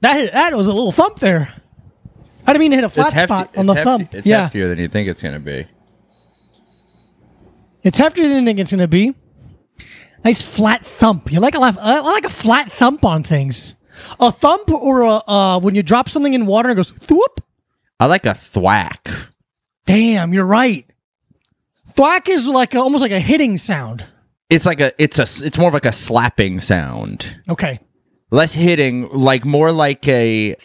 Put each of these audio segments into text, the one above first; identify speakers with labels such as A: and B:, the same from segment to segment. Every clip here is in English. A: That that was a little thump there. I didn't mean to hit a flat
B: hefty-
A: spot on
B: it's
A: the
B: hefty-
A: thumb.
B: It's
A: yeah,
B: heftier than you think it's going to be.
A: it's heftier than you think it's gonna be. Nice flat thump. You like a laugh, I like a flat thump on things. A thump or a uh, when you drop something in water and it goes thwop.
B: I like a thwack.
A: Damn, you're right. Thwack is like a, almost like a hitting sound.
B: It's like a it's a it's more of like a slapping sound.
A: Okay.
B: Less hitting, like more like a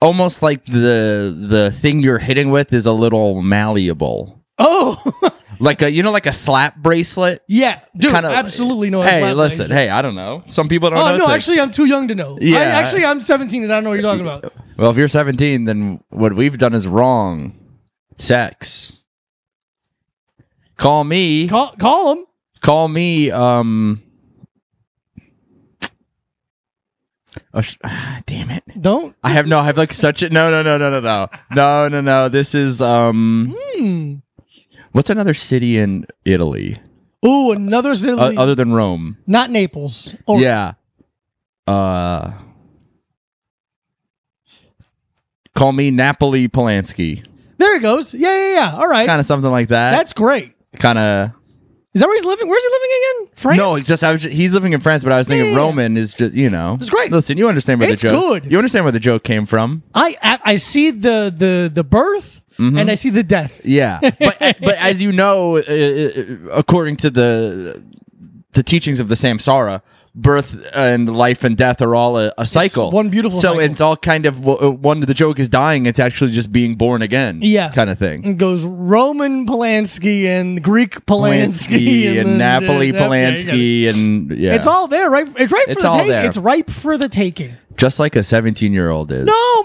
B: almost like the the thing you're hitting with is a little malleable.
A: Oh,
B: Like a you know like a slap bracelet.
A: yeah, dude.
B: Kinda- uh,
A: absolutely no.
B: Hey, listen. Hey, I don't know. Some people don't
A: Oh
B: know.
A: no,
B: things.
A: actually, I'm too young to know.
B: Yeah.
A: I, actually, I'm 17 and I don't know what you're talking about.
B: Well, if you're 17, then what we've done is wrong. Sex. Call me. Call,
A: Call call him.
B: me. Um. Oh, sh- ah, damn it!
A: Don't.
B: I have no. I have like such a no, no, no, no, no, no, no, no, no. This is um.
A: Hmm.
B: What's another city in Italy
A: Ooh, another
B: uh,
A: Zilly.
B: other than Rome?
A: not Naples. Or
B: yeah. Uh. Call me Napoli Polanski.
A: There he goes. Yeah, yeah, yeah. All right.
B: kind of something like that.
A: That's great.
B: kind of
A: Is that where he's living? Where's he living again? France?
B: no. it's Just I was ju- he's living in France, but I was thinking
A: Yeah, yeah, yeah.
B: Roman is just you know.
A: It's great.
B: Listen, you understand where
A: It's
B: the joke.
A: good.
B: You understand where the joke came from.
A: I, I I see the the the birth
B: Mm-hmm.
A: and I see the death.
B: Yeah, but but as you know, uh, uh, according to the the teachings of the Samsara, birth and life and death are all a, a cycle.
A: one beautiful
B: So
A: cycle.
B: it's all kind of w- uh, one. The joke is dying. It's actually just being born again.
A: Yeah.
B: kind of thing.
A: And goes Roman Polanski and Greek Polanski,
B: Polanski and,
A: then- yeah,
B: Napoli
A: yeah, you got it.
B: Polanski and yeah,
A: It's all there, right? It's ripe
B: It's
A: for the
B: all
A: taking.
B: there.
A: It's ripe for the taking.
B: just like a seventeen year old is.
A: No,
B: No.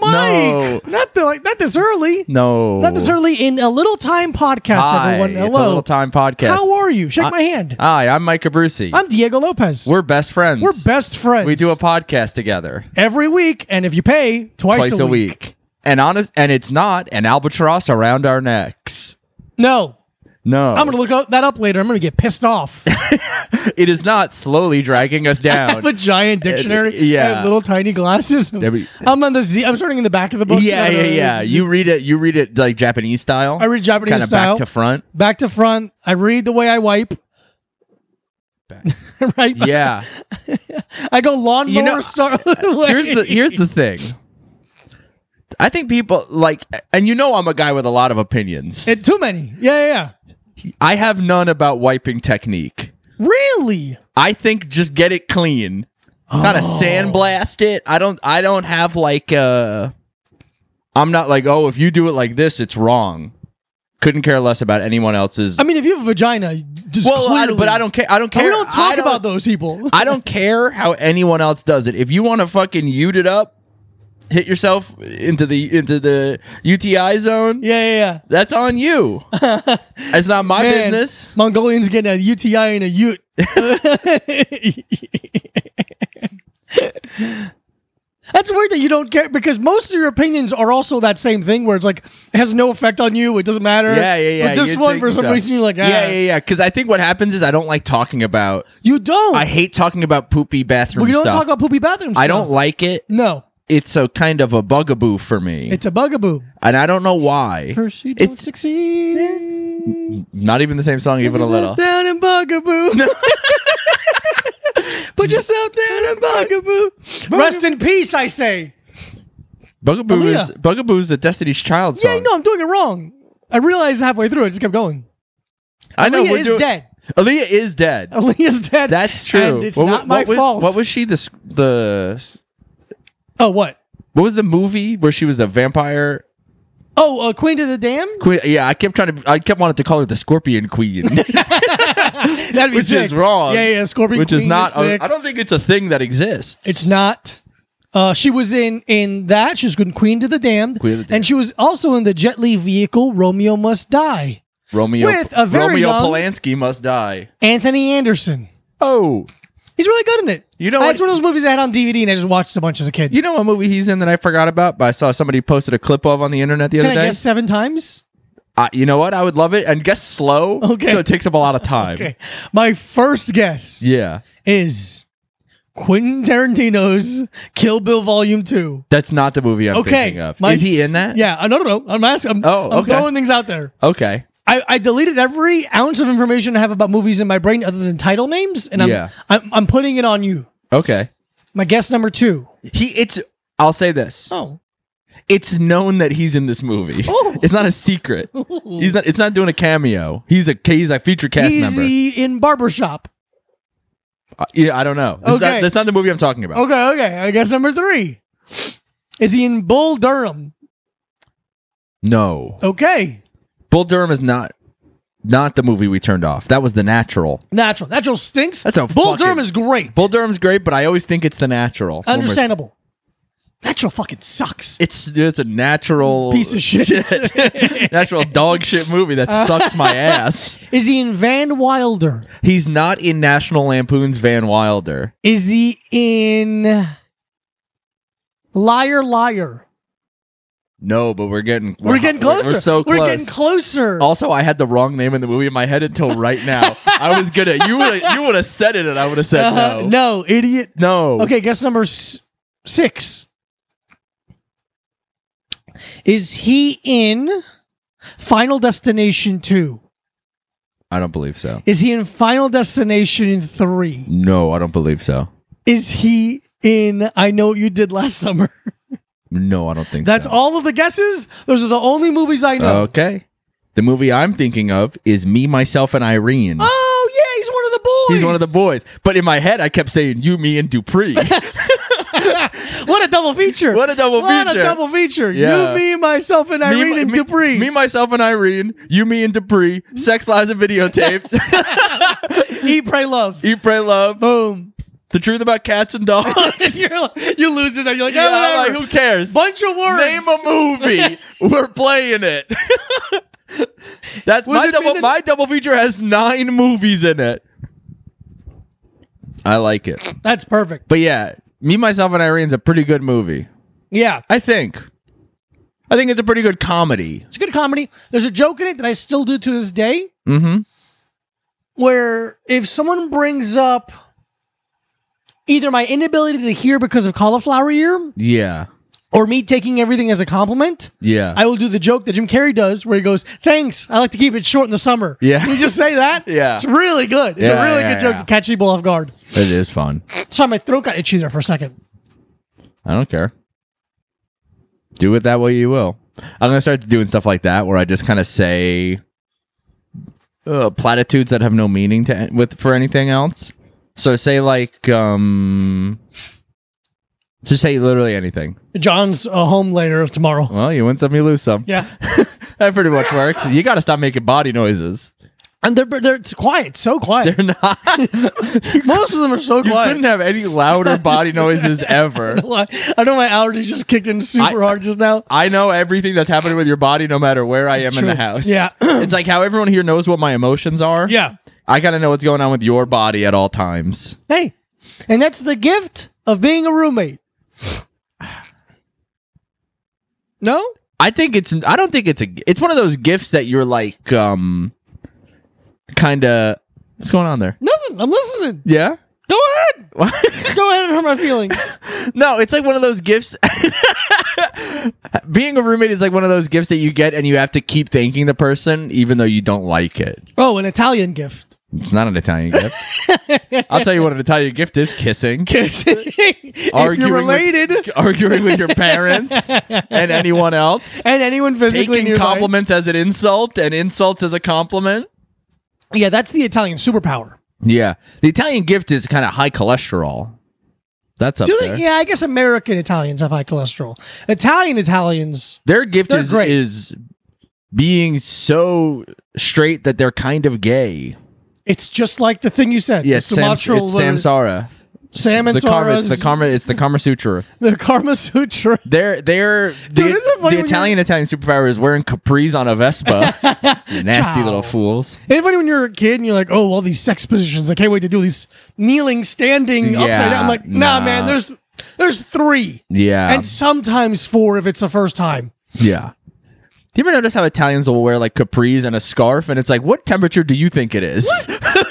A: Mike, not the, like not this early.
B: No,
A: Not this early in a little time podcast.
B: Hi,
A: everyone,
B: it's
A: hello.
B: a little time podcast.
A: How are you? Shake my hand.
B: Hi, I'm Mike Abruzzi.
A: I'm Diego Lopez.
B: We're best friends.
A: We're best friends.
B: We do a podcast together
A: every week, and if you pay, twice,
B: twice a week. And honest, and it's not an albatross around our necks.
A: No,
B: No,
A: I'm gonna look up, that up later. I'm gonna get pissed off.
B: it is not slowly dragging us
A: I have a
B: down.
A: giant dictionary.
B: Yeah.
A: I have little tiny glasses.
B: we-
A: I'm on the Z. I'm starting in the back of the book.
B: yeah,
A: No, no,
B: yeah,
A: no,
B: yeah.
A: Z-
B: You read it. You read it like Japanese style.
A: I read Japanese
B: Kinda
A: style.
B: back to front.
A: back to front. I read the way I wipe. right.
B: Yeah.
A: I go lawnmower
B: You know, uh,
A: start.
B: here's the here's the thing. I think people like, and you know, I'm a guy with a lot of opinions.
A: It- too many. Yeah, yeah,
B: I have none about wiping
A: yeah.
B: technique.
A: Really?
B: I think just get it clean. Kind of
A: Oh.
B: sandblast it. I don't I don't have like uh I'm not like, oh, if you do it like this, it's wrong. Couldn't care less about anyone else's
A: I mean, if you have a vagina, just
B: Well, I,
A: clearly-
B: but I don't care. I don't
A: And
B: care.
A: we don't talk
B: I don't-
A: about those people.
B: I don't care how anyone else does it. If you want to fucking ute it up, hit yourself into the into the UTI zone,
A: yeah, yeah, yeah.
B: that's on you. it's not my
A: Man,
B: business.
A: Mongolians getting a UTI and a Ute. That's weird that you don't care because most of your opinions are also that same thing where it's like it has no effect on you, it doesn't matter.
B: Yeah, yeah, yeah.
A: But this
B: you'd
A: one,
B: think
A: for some
B: so.
A: reason, you're like, ah,
B: yeah, yeah, yeah. Because I think what happens is I don't like talking about.
A: you don't.
B: I hate talking about poopy bathroom
A: we don't
B: stuff.
A: talk about poopy bathrooms.
B: I don't like it.
A: No,
B: It's a kind of a bugaboo for me,
A: it's a bugaboo.
B: and I don't know why.
A: First, you don't
B: It's-
A: succeed.
B: Not even the same song, even a little.
A: Down in bugaboo. Put yourself down in bugaboo. Rest in peace, I say.
B: Bugaboo is
A: Aaliyah.
B: Bugaboo is the Destiny's Child song.
A: Yeah, no, I'm doing it wrong. I realized halfway through, I just kept going.
B: I know.
A: Aaliyah
B: we're
A: is
B: doing-
A: dead.
B: Aaliyah is dead.
A: Aaliyah's dead.
B: That's true.
A: And it's
B: What wa-
A: not my
B: what was,
A: fault.
B: What was she? The s- the s-
A: oh, what?
B: what was the movie where she was the vampire?
A: Oh, uh, Queen to the Dam?
B: Queen, yeah, I kept trying to. I kept wanting to call her the Scorpion Queen,
A: That'd be
B: Which is
A: sick.
B: wrong.
A: Yeah, yeah, Scorpion
B: which is
A: Queen
B: not. I
A: sick.
B: I don't think it's a thing that exists.
A: it's not. Uh, she was in in that. She was in Queen to the Damned.
B: Queen to the
A: And
B: Damned.
A: she was also in the Jet Li vehicle, Romeo Must Die.
B: Romeo
A: With a very
B: Romeo
A: young-
B: Polanski must die.
A: Anthony Anderson.
B: Oh,
A: He's really good in it.
B: You know
A: Uh,
B: what-
A: it's one of those movies I had on DVD and I just watched a bunch as a kid.
B: you know what movie he's in that I forgot about, but I saw somebody posted a clip of on the internet the
A: Can
B: other
A: I
B: day.
A: guess seven times?
B: Uh, you know what? I would love it and guess slow.
A: Okay.
B: so it takes up a lot of time.
A: Okay. My first guess
B: Yeah,
A: is Quentin Tarantino's Kill Bill Volume Two.
B: That's not the movie I'm
A: Okay,
B: thinking of.
A: my
B: Is he
A: s-
B: in that?
A: Yeah, uh, I don't know. I'm asking. I'm,
B: Oh,
A: I'm
B: okay.
A: throwing things out there.
B: Okay.
A: I, I deleted every ounce of information I have about movies in my brain other than title names, and I'm
B: Yeah.
A: I'm, I'm putting it on you.
B: Okay.
A: My guess number two.
B: He. It's. I'll say this.
A: Oh,
B: It's known that he's in this movie.
A: Oh.
B: It's not a secret. He's not. It's not doing a cameo. He's a. He's a feature cast member.
A: Easy in barbershop.
B: Uh, yeah. I don't know. That's
A: Okay.
B: Not, that's not the movie I'm talking about.
A: Okay, okay. I guess number three. Is he in Bull Durham?
B: No.
A: Okay.
B: Bull Durham is not. Not the movie we turned off. That was The Natural.
A: Natural. Natural stinks.
B: That's a
A: Bull
B: fucking-
A: Durham is great.
B: Bull Durham's great, but I always think it's The Natural. When we're-
A: Understandable. Natural fucking sucks.
B: It's it's a natural
A: Piece of shit.
B: natural dog shit movie that sucks my ass.
A: Is he in Van Wilder?
B: He's not in National Lampoon's Van Wilder.
A: Is he in Liar Liar?
B: No, but we're getting
A: We're, getting closer.
B: We're, so close.
A: We're getting closer.
B: also, I had the wrong name in the movie in my head until right now. I was gonna you would you would have said it and I would have said
A: Uh,
B: no.
A: idiot.
B: No.
A: Okay, guess number s- six. Is he in Final Destination 2?
B: I don't believe so.
A: Is he in Final Destination 3?
B: No, I don't believe so.
A: Is he in I Know What You Did Last Summer?
B: No, I don't think
A: That's
B: so.
A: all of the guesses. Those are the only movies I know.
B: Okay. The movie I'm thinking of is Me, Myself, and Irene.
A: oh, yeah, he's one of the boys.
B: He's one of the boys. But in my head, I kept saying you, me, and Dupree.
A: What a double feature.
B: What a double
A: What
B: feature.
A: a double feature.
B: Yeah.
A: You, me, myself, and Irene
B: me,
A: and
B: me-
A: Dupree.
B: Me, myself, and Irene. You, me, and Dupree. Sex, lies, and videotape.
A: Eat, pray, love.
B: Eat, pray, love.
A: Boom.
B: The truth about cats and dogs.
A: you're like, you lose it. And you're like,
B: yeah,
A: yeah,
B: I'm
A: whatever.
B: like, who cares?
A: Bunch of words.
B: Name a movie. We're playing it. That's
A: Was
B: my
A: it been
B: double.
A: the-
B: my double feature has nine movies in it. I like it,
A: That's perfect.
B: but yeah, me, myself, and Irene's a pretty good movie.
A: Yeah.
B: I think. I think it's a pretty good comedy.
A: It's a good comedy. There's a joke in it that I still do to this day
B: Mm-hmm.
A: where if someone brings up either my inability to hear because of cauliflower ear
B: Yeah.
A: or me taking everything as a compliment,
B: Yeah.
A: I will do the joke that Jim Carrey does where he goes, Thanks, I like to keep it short in the summer.
B: Yeah.
A: Can you just say that?
B: Yeah.
A: It's really good. It's
B: Yeah,
A: a really
B: yeah,
A: good joke
B: yeah.
A: to catch people off guard.
B: it is fun.
A: Sorry, my throat got itchy there for a second.
B: I don't care. Do it that way you will. I'm gonna start doing stuff like that where I just kind of say uh, platitudes that have no meaning to with for anything else. So say like um, just say literally anything.
A: John's uh, home later tomorrow.
B: Well, you win some, you lose some.
A: Yeah.
B: That pretty much works. You got to stop making body noises.
A: And they're they're it's quiet, so quiet.
B: They're not.
A: Most of them are so
B: You
A: quiet.
B: couldn't have any louder body noises ever.
A: I don't know. My allergies just kicked in super
B: I-
A: hard just now.
B: I know everything that's happening with your body no matter where I am in the
A: true.
B: house.
A: Yeah.
B: it's like how everyone here knows what my emotions are.
A: Yeah.
B: I got to know what's going on with your body at all times.
A: Hey, and that's the gift of being a roommate. No,
B: I think it's I don't think it's a it's one of those gifts that you're like um kind of what's going on there?
A: nothing. I'm listening.
B: Yeah?
A: Go ahead. Go ahead and hurt my feelings.
B: no, it's like one of those gifts being a roommate is like one of those gifts that you get and you have to keep thanking the person even though you don't like it.
A: Oh, an Italian gift.
B: It's not an Italian gift. I'll tell you what an Italian gift is, kissing.
A: if you're related
B: with, arguing with your parents and anyone else,
A: and anyone physically
B: taking
A: nearby.
B: compliments as an insult and insults as a compliment.
A: yeah, that's the Italian superpower.
B: Yeah, the Italian gift is kind of high cholesterol. That's up
A: Do
B: there.
A: they, yeah, I guess American Italians have high cholesterol. Italian Italians.
B: Their gift
A: They're
B: is
A: great.
B: is being so straight that they're kind of gay.
A: It's just like the thing you said.
B: Yes,
A: the
B: Sam, it's
A: Sumatra-
B: Samsara.
A: Sam and
B: the karma, it's the
A: Sara's-
B: karma. It's the Karma Sutra.
A: the Karma Sutra.
B: They're they're
A: Dude,
B: the,
A: isn't it funny when
B: the
A: you-
B: Italian Italian superpower is wearing capris on a Vespa. You nasty
A: Ciao.
B: little fools.
A: Anybody when you're a kid and you're like, oh, all these sex positions, I can't wait to do these kneeling, standing, upside down.
B: Yeah,
A: I'm like, nah,
B: nah.
A: man, there's there's three.
B: Yeah,
A: And sometimes four if it's the first time.
B: yeah. Do you ever notice how Italians will wear like capris and a scarf, and it's like, what temperature do you think it is?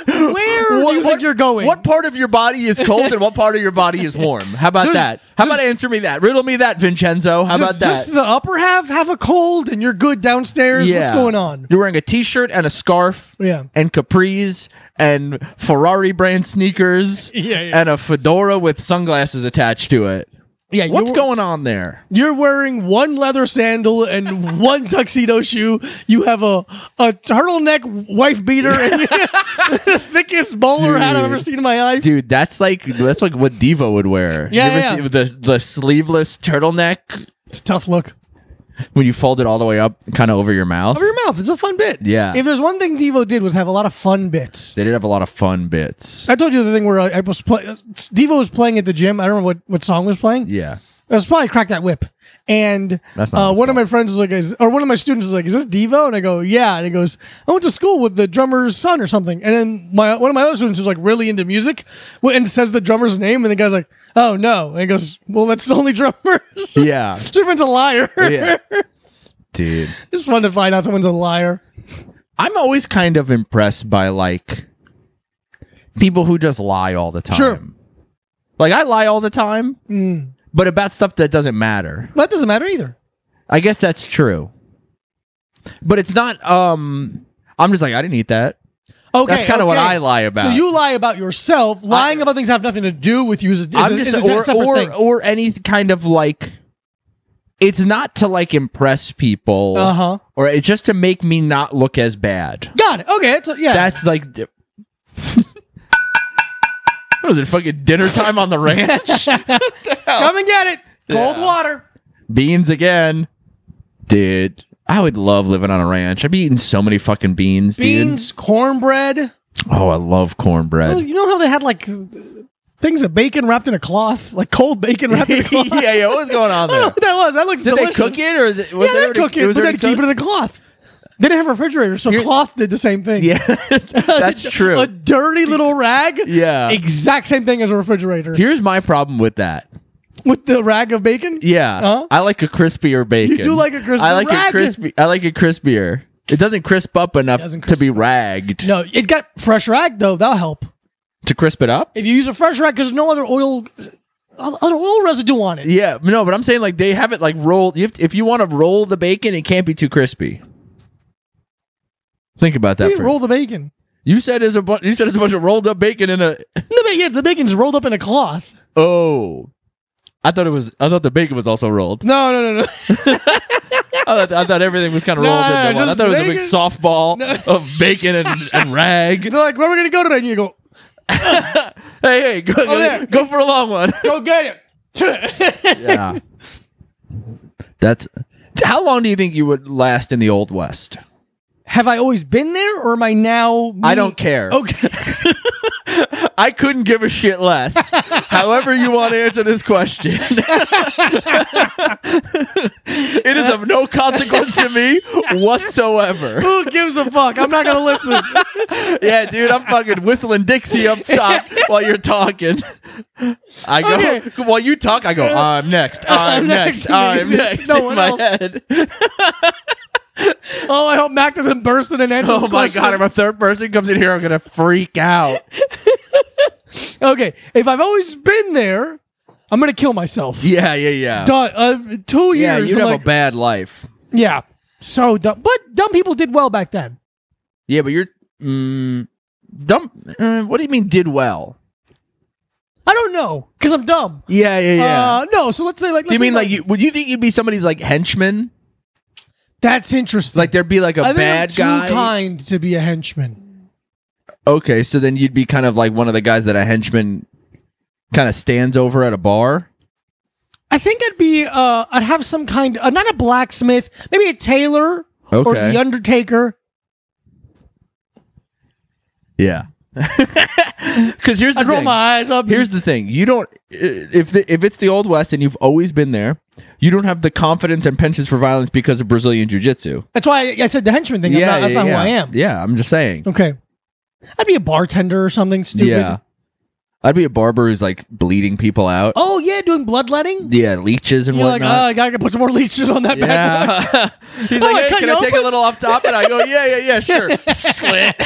A: Where do you think you're going?
B: What part of your body is cold and what part of your body is warm? How about
A: There's-
B: that? How about
A: there's-
B: answer me that? Riddle me that, Vincenzo. How
A: just,
B: about that?
A: just the upper half have a cold and you're good downstairs. What's going on?
B: You're wearing a t-shirt and a scarf,
A: Yeah.
B: and capris and Ferrari brand sneakers,
A: Yeah, yeah.
B: and a fedora with sunglasses attached to it.
A: Yeah,
B: What's
A: you're,
B: going on there?
A: You're wearing one leather sandal and one tuxedo shoe. You have a a turtleneck wife beater and the thickest bowler hat I've ever
B: Dude.
A: seen in my life.
B: Dude, that's like that's like what Devo would wear.
A: Yeah,
B: you
A: yeah,
B: ever see the the sleeveless turtleneck
A: It's a tough look.
B: when you fold it all the way up, kind of over your mouth.
A: Over your mouth. It's a fun bit.
B: Yeah.
A: If there's one thing Devo did was have a lot of fun bits.
B: They did have a lot of fun bits.
A: I told you the thing where I, I was play, Devo was playing at the gym. I don't remember what, what song was playing.
B: Yeah,
A: It was probably crack that whip. And
B: That's not
A: uh,
B: his
A: one of
B: fault.
A: my friends was like, is, or one of my students was like, "Is this Devo?" And I go, "Yeah." And he goes, "I went to school with the drummer's son or something." And then my one of my other students was like really into music, wh- and says the drummer's name, and the guy's like, "Oh no!" And he goes, "Well, that's the only drummer." so
B: yeah,
A: your friend's a liar.
B: yeah, dude.
A: it's fun to find out someone's a liar.
B: I'm always kind of impressed by like people who just lie all the time.
A: Sure. Mm.
B: Like I lie all the time, but about stuff that doesn't matter.
A: But that doesn't matter either.
B: I guess that's true. But it's not um I'm just like I didn't eat that.
A: Okay,
B: That's kind of what
A: okay.
B: I lie about.
A: So you lie about yourself. Lying about things that have nothing to do with you is a, is
B: I'm
A: a-
B: just
A: is a
B: or
A: separate
B: or,
A: thing.
B: or any kind of like it's not to like impress people
A: Uh-huh.
B: or it's just to make me not look as bad.
A: Got it. Okay. It's, yeah.
B: That's like. d- what is it? Fucking dinner time on the ranch?
A: Come and get it. Cold water.
B: beans again. Dude, I would love living on a ranch. I'd be eating so many fucking beans,
A: Beans, cornbread.
B: dude. Oh, I love cornbread.
A: You know how they had like things of bacon wrapped in a cloth, like cold bacon wrapped in a cloth. I
B: yeah. What was going on
A: don't know what that was. That looks
B: Did
A: delicious.
B: they cook it or was it
A: yeah, they
B: already-
A: cook it,
B: was
A: but then
B: already
A: keep it in
B: cooked?
A: a cloth. They didn't have refrigerators, so cloth did the same thing.
B: Yeah, that's true.
A: A dirty little rag.
B: Yeah.
A: Exact same thing as a refrigerator.
B: Here's my problem with that.
A: With the rag of bacon?
B: Yeah,
A: Huh?
B: I like a crispier bacon.
A: do like a crispier
B: I like
A: rag.
B: it crispy. I like it crispier. It doesn't crisp up enough
A: Doesn't
B: to be
A: crisp
B: ragged.
A: No, it got fresh rag though. That'll help.
B: To crisp it up.
A: If you use a fresh rag, because no other oil, other oil residue on it.
B: Yeah, no, but I'm saying like they have it like rolled. You have to, if you want to roll the bacon, it can't be too crispy. Think about that.
A: You
B: For,
A: roll the bacon.
B: you said is a bu- you said it's a bunch of rolled up bacon in a.
A: The, ba- yeah, the bacon's rolled up in a cloth.
B: Oh, I thought it was. I thought the bacon was also rolled.
A: No, no, no, no.
B: I thought, I thought everything was kind of
A: No,
B: rolled
A: no,
B: into one. I
A: just
B: thought it was a big
A: bacon.
B: softball of bacon and, and rag.
A: They're like, where are we gonna go today? And you go,
B: Hey, hey, go,
A: there.
B: go for a long one.
A: go get it.
B: Yeah, that's. How long do you think you would last in the old west?
A: Have I always been there, or am I now? me?
B: I don't care.
A: Okay,
B: I couldn't give a shit less. However, you want to answer this question, it is of no consequence to me whatsoever.
A: who gives a fuck? I'm not gonna listen.
B: Yeah, dude, I'm fucking whistling Dixie up top while you're talking. I go
A: Okay.
B: while you talk. I go. I'm next. I'm next.
A: next.
B: I'm
A: There's
B: next.
A: no
B: in
A: one
B: my
A: else.
B: head.
A: oh, I hope Mac doesn't burst in and answer.
B: Oh
A: this
B: my
A: question.
B: god! If a third person comes in here, I'm gonna freak out.
A: Okay, if I've always been there, I'm gonna kill myself.
B: Yeah, yeah, yeah.
A: Done. Uh, two
B: yeah,
A: years.
B: you'd
A: I'm
B: have a
A: like,
B: bad life.
A: yeah. So dumb, but dumb people did well back then.
B: Yeah, but you're mm, dumb. Uh, what do you mean did well?
A: I don't know because I'm dumb.
B: Yeah, yeah,
A: Uh, no, so let's say like.
B: do you
A: let's say,
B: mean like you? Would you think you'd be somebody's like henchman?
A: that's interesting?
B: Like there'd be like a
A: I think I'm
B: bad
A: too
B: guy.
A: kind to be a henchman.
B: Okay, so then you'd be kind of like one of the guys that a henchman kind of stands over at a bar.
A: I think I'd be uh I'd have some kind uh, not a blacksmith, maybe a tailor or
B: Okay.
A: the undertaker.
B: Yeah. Because here's the
A: I'd roll
B: thing.
A: my eyes up.
B: Here's the thing: you don't if the, if it's the old west and you've always been there, you don't have the confidence and penchant for violence because of Brazilian jiu-jitsu.
A: that's why I, I said the henchman thing. I'm not- that's not
B: yeah.
A: who I am.
B: Yeah, I'm just saying.
A: Okay. I'd be a bartender or something stupid.
B: Yeah, I'd be a barber who's like bleeding people out.
A: Oh yeah, doing bloodletting.
B: Yeah, leeches and
A: You're like, oh,
B: whatnot.
A: I gotta put some more leeches on that bad boy.
B: yeah, He's
A: Oh, I
B: like, hey,
A: cut
B: can
A: you
B: I take a
A: open?
B: little off top? And I go, yeah, yeah, yeah, sure. Slit.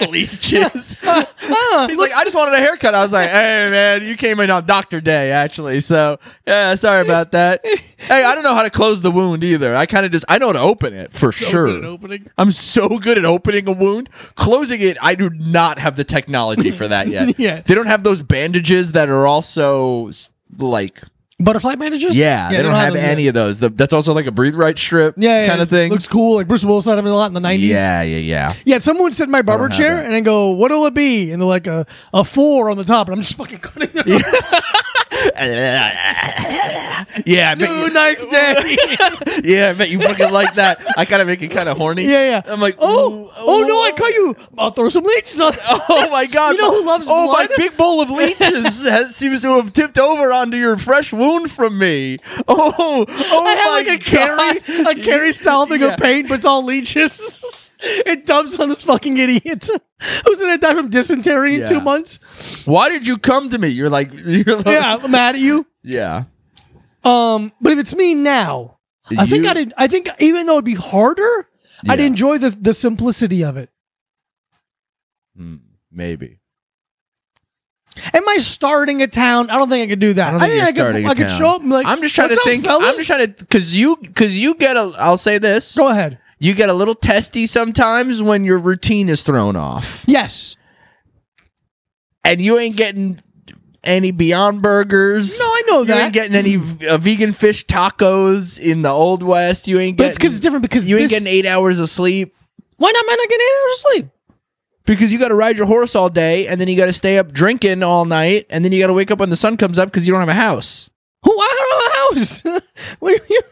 B: Leeches. He's
A: Ah,
B: like, I just wanted a haircut. I was like, hey, man, you came in on Doctor Day, actually. So, yeah, sorry about that. hey, I don't know how to close the wound either. I kind of just, I know how to open it for sure.
A: Open an opening.
B: I'm so good at opening a wound. Closing it, I do not have the technology for that yet.
A: Yeah.
B: They don't have those bandages that are also s- like
A: Butterfly bandages.
B: yeah, they, don't, have,
A: those yet.
B: any of those. The, that's also like a breathe right strip
A: Yeah, yeah,
B: kind of
A: it
B: thing.
A: Looks cool. Like Bruce Willis had them a lot in the nineties.
B: yeah, yeah, yeah.
A: Yeah, someone would sit in my barber
B: have
A: chair
B: that.
A: and then go, "What'll it be?" And they're like a, a four on the top, and I'm just fucking cutting their
B: yeah, I bet
A: Ooh,
B: you-
A: nice day.
B: yeah, I bet you fucking like that. I kind of make it kind of horny.
A: yeah, yeah.
B: I'm like,
A: oh,
B: ooh,
A: oh no, I cut you. I'll throw some leeches on.
B: Oh my god!
A: You know who loves
B: Oh
A: blood?
B: my big bowl of leeches has, seems to have tipped over onto your fresh wound from me. Oh, oh
A: I have
B: my
A: like a
B: god.
A: carry, a carry style thing
B: Yeah.
A: of paint, but it's all leeches. it dumps on this fucking idiot who's gonna die from dysentery in
B: Yeah.
A: two months.
B: Why did you come to me? You're like, you're like,
A: Yeah, I'm mad at you.
B: yeah.
A: Um, but if it's me now, I think
B: You-
A: I'd. I think even though it'd be harder, I'd
B: Yeah.
A: enjoy the the simplicity of it.
B: Hmm, maybe.
A: Am I starting a town? I don't think I could do that. I,
B: don't
A: think,
B: think
A: I
B: you're starting
A: could.
B: a
A: I could
B: town.
A: show up. And be like,
B: I'm just trying
A: "What's
B: to
A: up,
B: think. I'm
A: fellas?"
B: just trying to because you because you get a. I'll say this:
A: Go ahead.
B: you get a little testy sometimes when your routine is thrown off,
A: Yes.
B: and you ain't getting any Beyond Burgers.
A: No, I know
B: You ain't
A: that.
B: getting any v- uh, vegan fish tacos in the Old West. You ain't
A: but
B: getting.
A: it's because it's different. Because
B: you ain't
A: this-
B: getting eight hours of sleep
A: Why not? Man, I get eight hours of sleep.
B: because you got to ride your horse all day, and then you got to stay up drinking all night, and then you got to wake up when the sun comes up because you don't have a house.
A: Who I don't have a house. What you-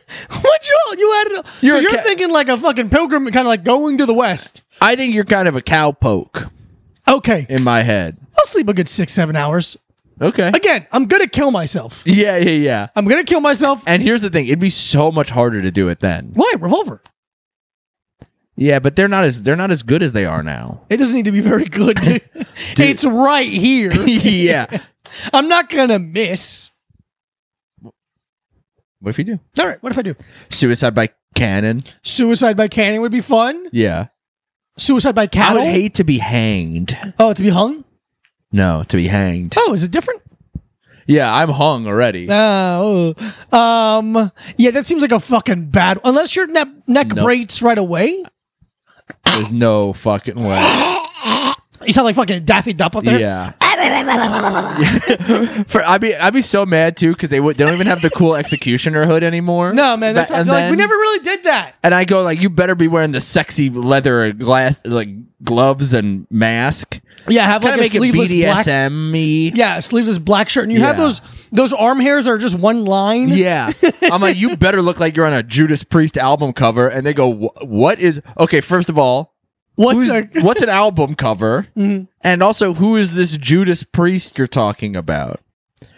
A: what you you had? it-
B: You're
A: so
B: a
A: you're
B: cat-
A: thinking like a fucking pilgrim, kind of like going to the west.
B: I think you're kind of a cowpoke
A: Okay,
B: in my head.
A: I'll sleep a good six seven hours.
B: Okay.
A: Again, I'm gonna kill myself.
B: Yeah, yeah, yeah.
A: I'm gonna kill myself.
B: And here's the thing: it'd be so much harder to do it then.
A: Why revolver?
B: Yeah, but they're not as they're not as good as they are now.
A: It doesn't need to be very good. dude. it's right here.
B: yeah.
A: I'm not gonna miss.
B: What if you do
A: All right, what if I do?
B: suicide by cannon?
A: Suicide by cannon would be fun.
B: Yeah.
A: Suicide by
B: I
A: cattle.
B: would hate to be hanged.
A: oh, to be hung.
B: No, to be hanged.
A: Oh, is it different?
B: Yeah, I'm hung already.
A: Oh, um, yeah, that seems like a fucking bad. Unless your neck neck
B: Nope.
A: breaks right away.
B: There's no fucking way.
A: You sound like fucking Daffy Duck up there.
B: Yeah. For I'd be I'd be so mad too because they would they don't even have the cool executioner hood anymore.
A: No, man, that's
B: That-
A: not,
B: and
A: like we
B: then-
A: never really did that.
B: And I go like, you better be wearing the sexy leather and glass like gloves and mask.
A: Yeah, have like
B: Kind of
A: a
B: make it
A: sleeveless black.
B: BDSM y.
A: Yeah, sleeveless black shirt, and you have
B: Yeah.
A: those those arm hairs are just one line.
B: Yeah. I'm like, you better look like you're on a Judas Priest album cover. And they go, "Wh- what is. Okay, first of all,
A: What's
B: who's,
A: a,
B: what's an album cover?
A: Mm-hmm.
B: And also, who is this Judas Priest you're talking about?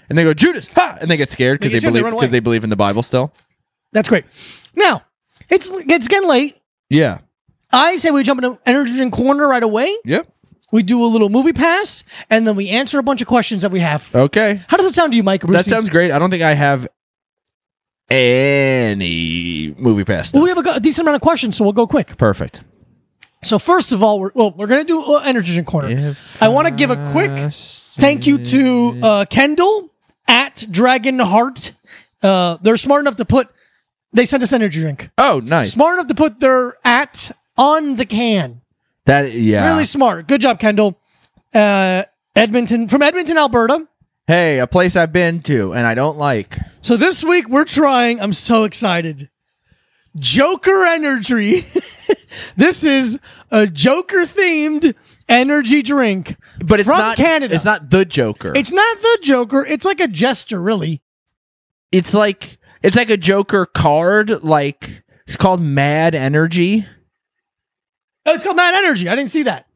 B: And they go, Judas, ha! And they get scared
A: They
B: because
A: get
B: they,
A: scared, they
B: believe
A: run away.
B: because they believe in the Bible still.
A: that's great. Now it's it's getting late.
B: Yeah.
A: I say we jump into energy drink corner right away.
B: Yep.
A: We do a little movie pass, and then we answer a bunch of questions that we have.
B: Okay.
A: How does it sound to you, Mike?
B: Uh, That sounds great. I don't think I have any movie pass.
A: Well,
B: stuff.
A: we have a, go- a decent amount of questions, so we'll go quick.
B: Perfect.
A: So first of all, we're, well, we're gonna do uh, energy drink corner. I want to give a quick thank you to uh, Kendall at Dragonheart. Uh, they're smart enough to put. They sent us energy drink.
B: Oh, nice.
A: Smart enough to put their at on the can.
B: That yeah.
A: Really smart. Good job, Kendall. Uh, Edmonton from Edmonton, Alberta.
B: Hey, a place I've been to and I don't like.
A: So this week we're trying. I'm so excited. Joker energy. this is a Joker themed energy drink,
B: But it's
A: from
B: not
A: Canada.
B: It's not the Joker. It's
A: It's not the Joker. It's like a jester, really.
B: it's like it's like a Joker card. Like it's called Mad Energy.
A: Oh, it's called Mad Energy. I didn't see that.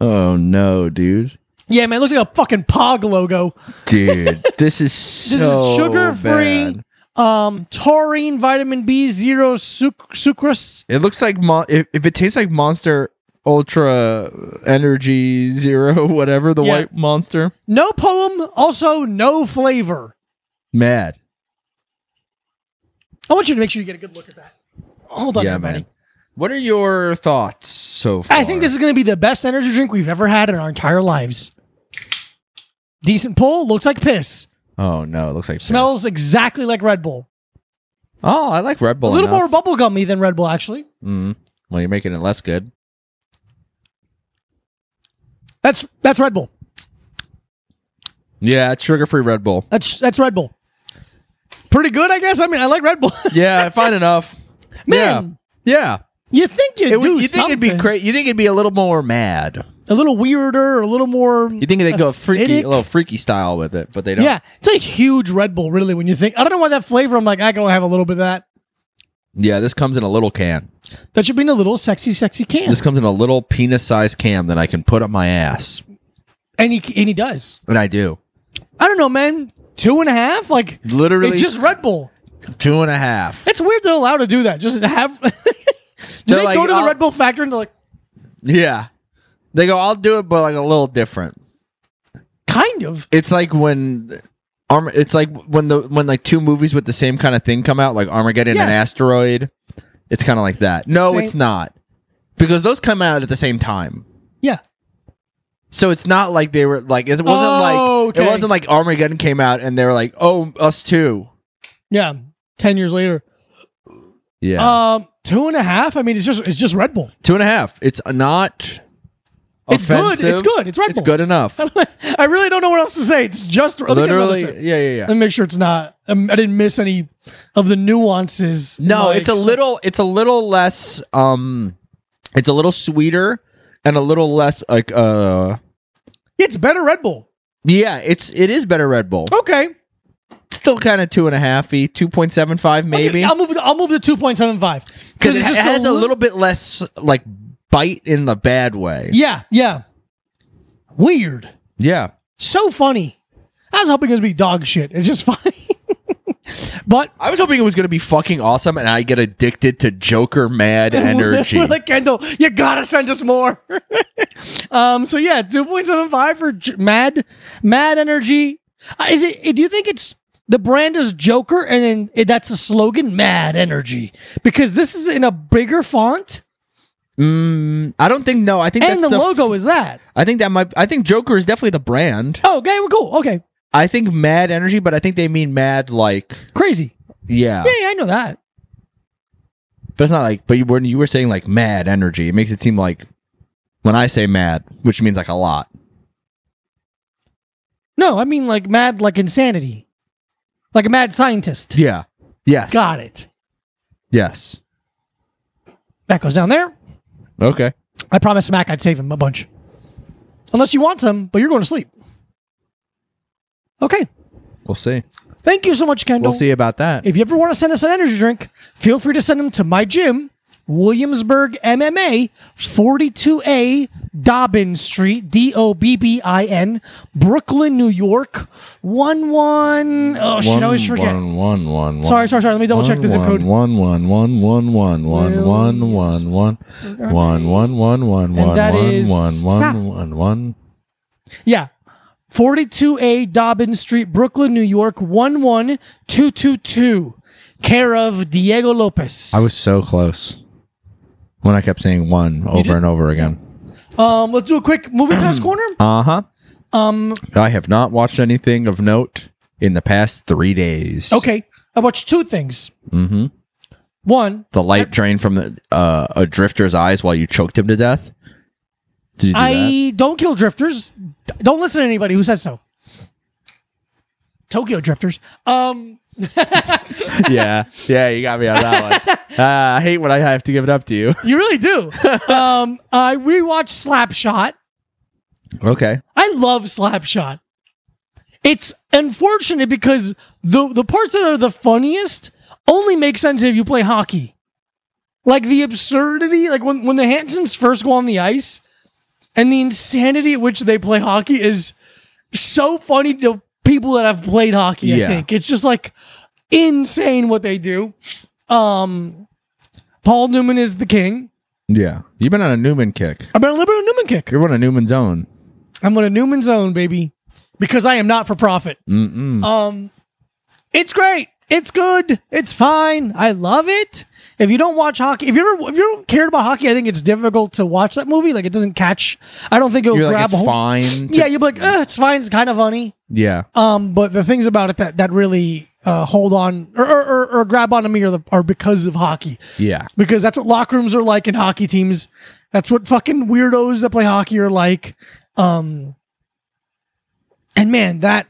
B: Oh no, dude,
A: Yeah, man, it looks like a fucking Pog logo.
B: dude, this is so
A: This is sugar free,
B: bad.
A: um, taurine, vitamin B zero, suc- sucrose.
B: It looks like mon- if, if it tastes like Monster Ultra Energy Zero, whatever the
A: Yeah.
B: white monster.
A: No poem, also no flavor.
B: Mad.
A: I want you to make sure you get a good look at that. hold on,
B: yeah,
A: everybody.
B: man. What are your thoughts so far?
A: I think this is going to be the best energy drink we've ever had in our entire lives. Decent pull, looks like piss.
B: Oh no, it looks like piss.
A: Smells exactly like Red Bull.
B: Oh, I like Red
A: A
B: Bull.
A: little
B: enough.
A: more bubblegummy than Red Bull, actually.
B: Mm. Well, you're making it less good.
A: That's that's Red Bull.
B: Yeah, it's sugar-free Red Bull.
A: That's that's Red Bull. Pretty good, I guess. I mean, I like Red Bull.
B: Yeah, fine enough.
A: Man.
B: Yeah. Yeah.
A: you think you
B: It would-
A: do?
B: you think it'd be
A: something.
B: cra- You think it'd be a little more mad.
A: A little weirder, a little more.
B: You think they'd go freaky,
A: Acidic?
B: a little freaky style with it, but they don't.
A: yeah, it's a huge Red Bull, really. When you think, I don't know why that flavor. I'm like, I can only have a little bit of that.
B: Yeah, this comes in a little can.
A: That should be in a little sexy, sexy can.
B: This comes in a little penis-sized can that I can put up my ass,
A: and he and he does.
B: and I do
A: I don't know, man. Two and a half, like
B: Literally-
A: it's just Red Bull.
B: two and a half.
A: It's weird they're allowed to do that. Just have. do
B: They're
A: they
B: like, uh,
A: go to the
B: I'll-
A: Red Bull factory and they're like,
B: Yeah, they go. I'll do it, but like a little different.
A: kind of?
B: It's like when. Arm, it's like when the when like two movies with the same kind of thing come out, like Armageddon and
A: Yes.
B: Asteroid. It's kind of like that. No,
A: Same-
B: it's not, because those come out at the same time.
A: Yeah.
B: So it's not like they were like it wasn't
A: Oh,
B: like
A: okay.
B: it wasn't like Armageddon came out and they were like, oh, us too.
A: Yeah. Ten years later,
B: Yeah,
A: um, two and a half. I mean, it's just it's just Red Bull.
B: two and a half. It's not.
A: It's good. It's
B: offensive.
A: good. It's Red
B: It's
A: Bull.
B: good enough.
A: I really don't know what else to say. It's just let me get another
B: Literally,
A: sip.
B: yeah, yeah,
A: Let
B: yeah.
A: me make sure it's not. Um, I didn't miss any of the nuances.
B: No,
A: like-
B: it's a little. It's a little less. Um, it's a little sweeter and a little less like uh.
A: It's better Red Bull.
B: Yeah, it's it is better Red Bull.
A: Okay,
B: It's still kind of two and a halfy, two point seven five maybe.
A: I'll move. I'll move to two point seven five
B: Oh, Because it, has a little bit less like bite in the bad way.
A: Yeah, yeah. Weird.
B: yeah.
A: So funny. I was hoping it was be dog shit. It's just funny. but
B: I was hoping it was going to be fucking awesome, and I get addicted to Joker mad energy.
A: We're like Kendall, you gotta send us more. um. So yeah, two point seven five for J- Mad Mad Energy. Uh, is it? Do you think it's the brand is Joker, and then it, that's the slogan Mad Energy because this is in a bigger font,
B: Mm, I don't think no. I think
A: and
B: that's
A: the, logo is that.
B: I think that might. I think Joker is definitely the brand.
A: Oh, okay, we're cool. Okay,
B: I think Mad Energy, but I think they mean Mad like
A: crazy.
B: yeah.
A: Yeah, yeah, I know that.
B: But it's not like. But you, when you were saying like Mad Energy, it makes it seem like when I say Mad, which means like a lot.
A: No, I mean like mad, like insanity, like a mad scientist.
B: Yeah. Yes.
A: Got it.
B: Yes.
A: That goes down there.
B: Okay.
A: I promised Mac I'd save him a bunch. Unless you want some, but you're going to sleep. Okay.
B: We'll see.
A: Thank you so much, Kendall.
B: We'll see about that.
A: If you ever want to send us an energy drink, feel free to send them to my gym, Williamsburg MMA, 42A Dobbin Street, D O B B I N, Brooklyn, New York, 1 1. Oh, shit, I always forget.
B: One, one, one, one.
A: Sorry, sorry, sorry. Let me double check the zip
B: One,
A: code.
B: One one one one one one one one one one one one one one
A: that
B: one
A: is-
B: one one
A: Stop.
B: one one.
A: Yeah. 42A Dobbin Street, Brooklyn, New York, 11222. Care of Diego Lopez.
B: I was so close when I kept saying one over and over again.
A: um, let's do a quick movie pass corner.
B: Uh huh. Um, I have not watched anything of note in the past three days.
A: Okay. I watched two things. Mm-hmm. One,
B: The light drained from the, uh, a drifter's eyes while you choked him to death. Did you do that?
A: I don't kill drifters. D- Don't listen to anybody who says so. Tokyo drifters. Um,
B: yeah, yeah, you got me on that one. Uh, I hate when I have to give it up to you.
A: you really do. um, I rewatched Slapshot.
B: Okay.
A: I love Slapshot. It's unfortunate because the the parts that are the funniest only make sense if you play hockey. Like the absurdity, like when when the Hansons first go on the ice, and the insanity at which they play hockey is so funny to people that have played hockey. I
B: Yeah.
A: think it's just like insane what they do. Um, Paul Newman is the king.
B: Yeah, you've been on a Newman kick.
A: I've been a little bit of a Newman kick.
B: You're on a Newman's own.
A: I'm on a Newman's own, baby, because I am not for profit. Um, it's great. It's good. It's fine. I love it. If you don't watch hockey, if you ever if you don't care about hockey, I think it's difficult to watch that movie. Like it doesn't catch. I don't think it'll
B: You're like,
A: grab
B: it's
A: a hold.
B: fine. to-
A: Yeah, you'll be like, eh, it's fine. It's kind of funny.
B: yeah.
A: Um, but the things about it that that really uh, hold on or, or, or, or grab onto me are, the, are because of hockey.
B: Yeah.
A: Because that's what locker rooms are like in hockey teams. That's what fucking weirdos that play hockey are like. Um, and man, that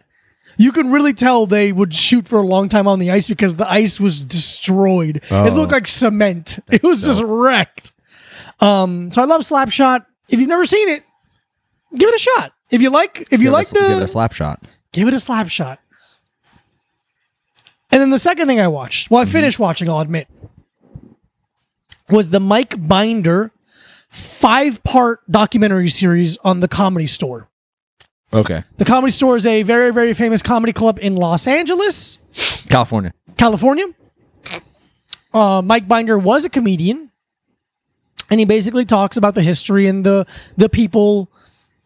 A: you can really tell they would shoot for a long time on the ice because the ice was destroyed. It looked like cement. It was just wrecked. Um, so I love Slapshot. If you've never seen it, give it a shot. If you like, if you
B: Give
A: like
B: us-
A: the
B: give a slap shot.
A: give it a slap shot. And then the second thing I watched, well, I finished watching, I'll admit, was the Mike Binder five part documentary series on the comedy store.
B: Okay.
A: The comedy store is a very, very famous comedy club in Los Angeles.
B: California.
A: California. Uh, Mike Binder was a comedian, and he basically talks about the history and the the people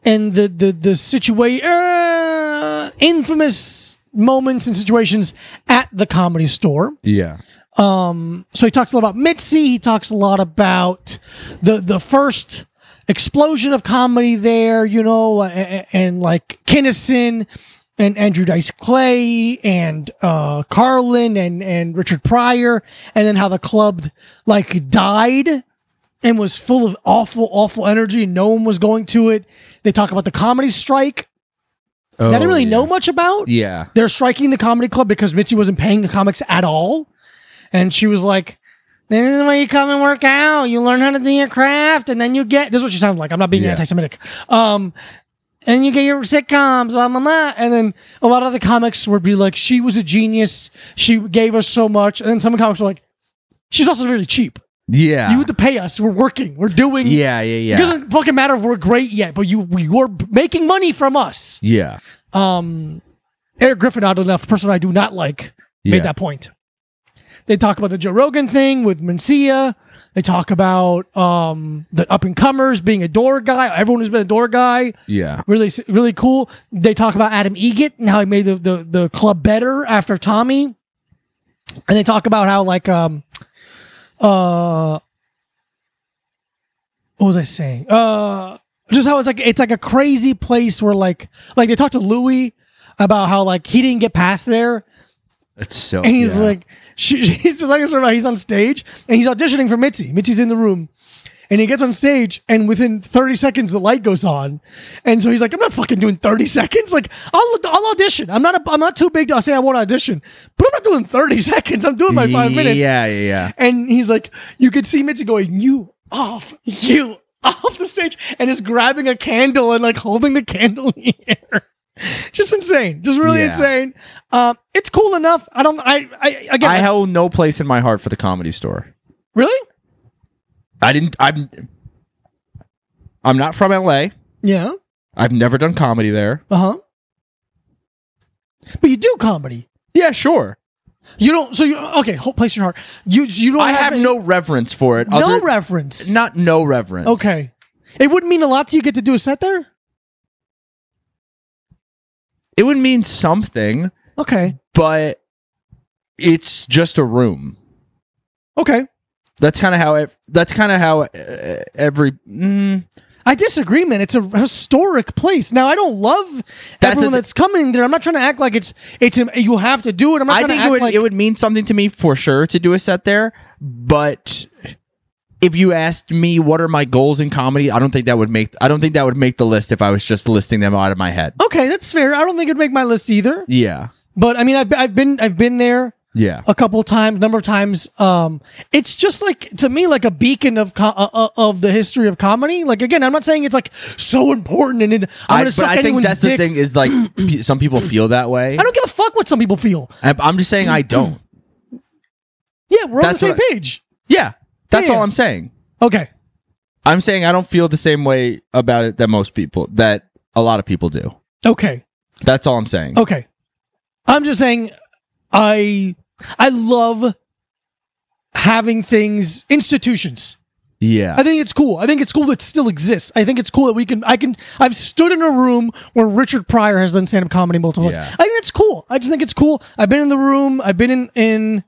A: and the the the situa- uh, infamous moments and situations at the comedy store.
B: Yeah.
A: So he talks a lot about Mitzi. He talks a lot about the the first explosion of comedy there, you know, a- a- and, like Kinnison and Andrew Dice Clay and uh, Carlin and and Richard Pryor, and then how the club like died and was full of awful, awful energy. and No one was going to it. They talk about the comedy strike
B: Oh,
A: that I didn't really
B: yeah.
A: know much about
B: Oh, Yeah.
A: they're striking the comedy club because Mitzi wasn't paying the comics at all. And she was like, This is where you come and work out. You learn how to do your craft, and then you get this is what she sounds like. I'm not being
B: Yeah.
A: anti Semitic. Um and you get your sitcoms, blah blah blah. And then a lot of the comics would be like, She was a genius, she gave us so much. And then some comics were like, She's also really cheap.
B: Yeah.
A: You had to pay us. We're working. We're doing
B: Ah. yeah. Yeah.
A: It
B: Yeah.
A: doesn't fucking matter if we're great yet, but you you're making money from us.
B: Yeah.
A: Um, Eric Griffin, oddly enough, a person I do not like,
B: Yeah.
A: made that point. They talk about the Joe Rogan thing with Mencia. They talk about um, the up and comers being a door guy. Everyone who's been a door guy,
B: Yeah.
A: really, really cool. They talk about Adam Egett and how he made the, the the club better after Tommy. And they talk about how like um, uh, what was I saying? Uh, just how it's like it's like a crazy place where like like they talked to Louis about how like he didn't get past there
B: It's so.
A: and he's
B: yeah.
A: like, she, she's like, sort of like he's on stage and he's auditioning for Mitzi. Mitzi's in the room. And he gets on stage, and within 30 seconds, the light goes on, and so he's like, "I'm not fucking doing 30 seconds. Like, I'll I'll audition. I'm not a, I'm not too big to say I want to audition, but I'm not doing 30 seconds. I'm doing my five minutes."
B: Yeah. Yeah. Yeah.
A: And he's like, you could see Mitzi going, you off, you off the stage, and is grabbing a candle and like holding the candle in the air. Just insane. Just really
B: Yeah.
A: insane. Um, it's cool enough. I don't, I, I, again,
B: I held no place in my heart for the comedy store.
A: really?
B: I didn't. I'm. I'm not from LA.
A: Yeah.
B: I've never done comedy there.
A: Uh huh. But you do comedy.
B: Yeah, sure.
A: You don't, so you, okay, hold, place your heart. You, you don't
B: I have
A: any-
B: no reverence for it.
A: no
B: other-
A: reference.
B: Not no reverence.
A: okay. It wouldn't mean a lot to you get to do a set there?
B: It would mean something,
A: Okay.
B: but it's just a room.
A: Okay.
B: That's kind of how. Ev- that's kind of how uh, every. Mm,
A: I disagree, man. It's a historic place. Now, I don't love
B: That's
A: everyone
B: the-
A: that's coming there. I'm not trying to act like it's it's a, you have to do it. I'm not
B: I
A: trying
B: think
A: to
B: it
A: act
B: would
A: like
B: it would mean something to me for sure to do a set there, but if you asked me what are my goals in comedy, I don't think that would make I don't think that would make the list if I was just listing them out of my head.
A: okay, that's fair. I don't think it'd make my list either.
B: Yeah.
A: But I mean, I've, I've been I've been there
B: Yeah.
A: a couple times, number of times. Um, it's just like to me like a beacon of co- uh, uh, of the history of comedy. Like again, I'm not saying it's like so important and it, I'm
B: I,
A: going to
B: but
A: suck
B: I think
A: anyone's
B: that's
A: dick.
B: the thing is like pe- some people feel that way.
A: I don't give a fuck what some people feel.
B: I I'm just saying I don't.
A: Yeah, we're
B: That's
A: on the
B: what
A: same page.
B: Yeah. That's
A: Yeah.
B: all I'm saying.
A: Okay.
B: I'm saying I don't feel the same way about it that most people that a lot of people do.
A: Okay.
B: That's all I'm saying.
A: Okay. I'm just saying I I love having things institutions.
B: Yeah.
A: I think it's cool. I think it's cool that it still exists. I think it's cool that we can. I can. I've stood in a room where Richard Pryor has done stand-up comedy multiple
B: Yeah.
A: times. I think it's cool. I just think it's cool. I've been in the room. I've been in in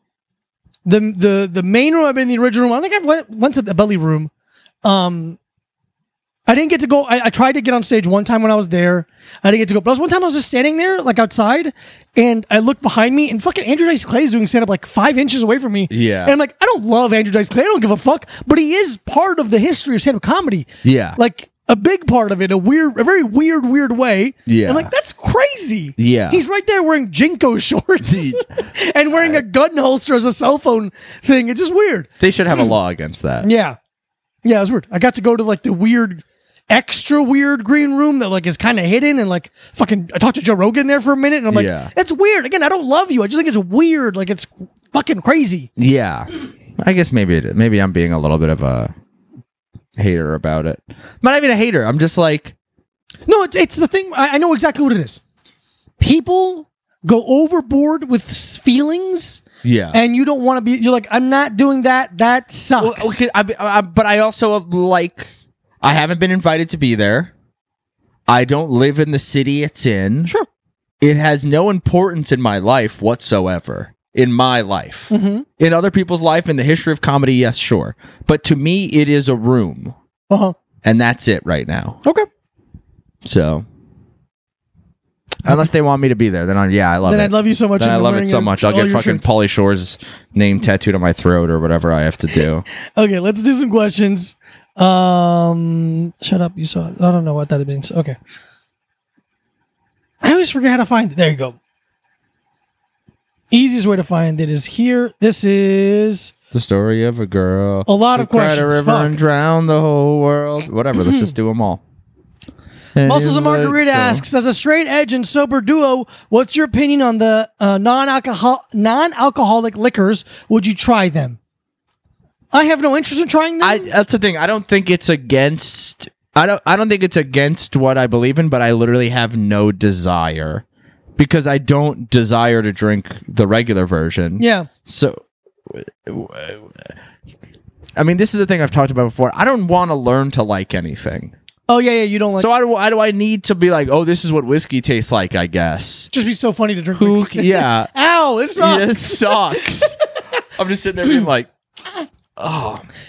A: the the the main room. I've been in the original room. I think I went went to the belly room. Um, I didn't get to go. I, I tried to get on stage one time when I was there. I didn't get to go. But I was one time I was just standing there like outside, and I looked behind me, and fucking Andrew Dice Clay is doing stand up like five inches away from me.
B: Yeah.
A: and I'm like, I don't love Andrew Dice Clay. I don't give a fuck. But he is part of the history of stand-up comedy.
B: Yeah.
A: Like a big part of it, a weird, a very weird, weird way.
B: Yeah.
A: I'm like, that's crazy.
B: Yeah.
A: He's right there wearing Jinko shorts and wearing a gun holster as a cell phone thing. It's just weird.
B: they should have a law against that.
A: Yeah. Yeah, it was weird. I got to go to like the weird extra weird green room that like is kind of hidden and like fucking I talked to Joe Rogan there for a minute and I'm like,
B: Yeah.
A: that's weird. Again, I don't love you. I just think it's weird. Like it's fucking crazy.
B: Yeah. I guess maybe it, maybe I'm being a little bit of a hater about it. Not even a hater. I'm just like
A: No, it's it's the thing. I, I know exactly what it is. People go overboard with s- feelings,
B: yeah.
A: and you don't want to be. You're like, I'm not doing that. That
B: Well,
A: sucks.
B: okay, I, I, but I also uh, like I haven't been invited to be there. I don't live in the city it's in.
A: Sure.
B: It has no importance in my life whatsoever. In my life. In other people's life in the history of comedy, yes, sure. But to me it is a room
A: Uh huh.
B: and that's it right now.
A: Okay.
B: So unless they want me to be there, then I'm yeah, I love
A: Then
B: it.
A: I'd love you so much.
B: then
A: and
B: I
A: you're
B: love
A: wearing
B: it so
A: your-
B: much. I'll
A: all
B: get
A: your
B: fucking
A: shirts.
B: Polly Shore's name tattooed on my throat or whatever I have to do.
A: Okay, let's do some questions. Um, shut up. You saw. It. I don't know what that means. Okay. I always forget how to find it. There you go. Easiest way to find it is here. This is
B: The story of a girl.
A: A lot
B: who
A: of
B: cried
A: questions,
B: A river
A: fuck.
B: and drowned the whole world. Whatever. Let's just do them all.
A: Muscles and
B: Anyway,
A: Margarita
B: so-
A: asks, as a straight edge and sober duo, what's your opinion on the uh, non-alcohol non-alcoholic liquors? Would you try them? I have no interest in trying them.
B: I, that's the thing. I don't think it's against. I don't. I don't think it's against what I believe in, but I literally have no desire because I don't desire to drink the regular version.
A: yeah,
B: So, I mean, this is the thing I've talked about before. I don't want to learn to like anything.
A: Oh yeah, yeah. You don't like.
B: So, I, why do I need to be like, oh, this is what whiskey tastes like? I guess.
A: just be so funny to drink.
B: Who?
A: whiskey.
B: Yeah.
A: Ow! It's not.
B: This sucks. I'm just sitting there being like,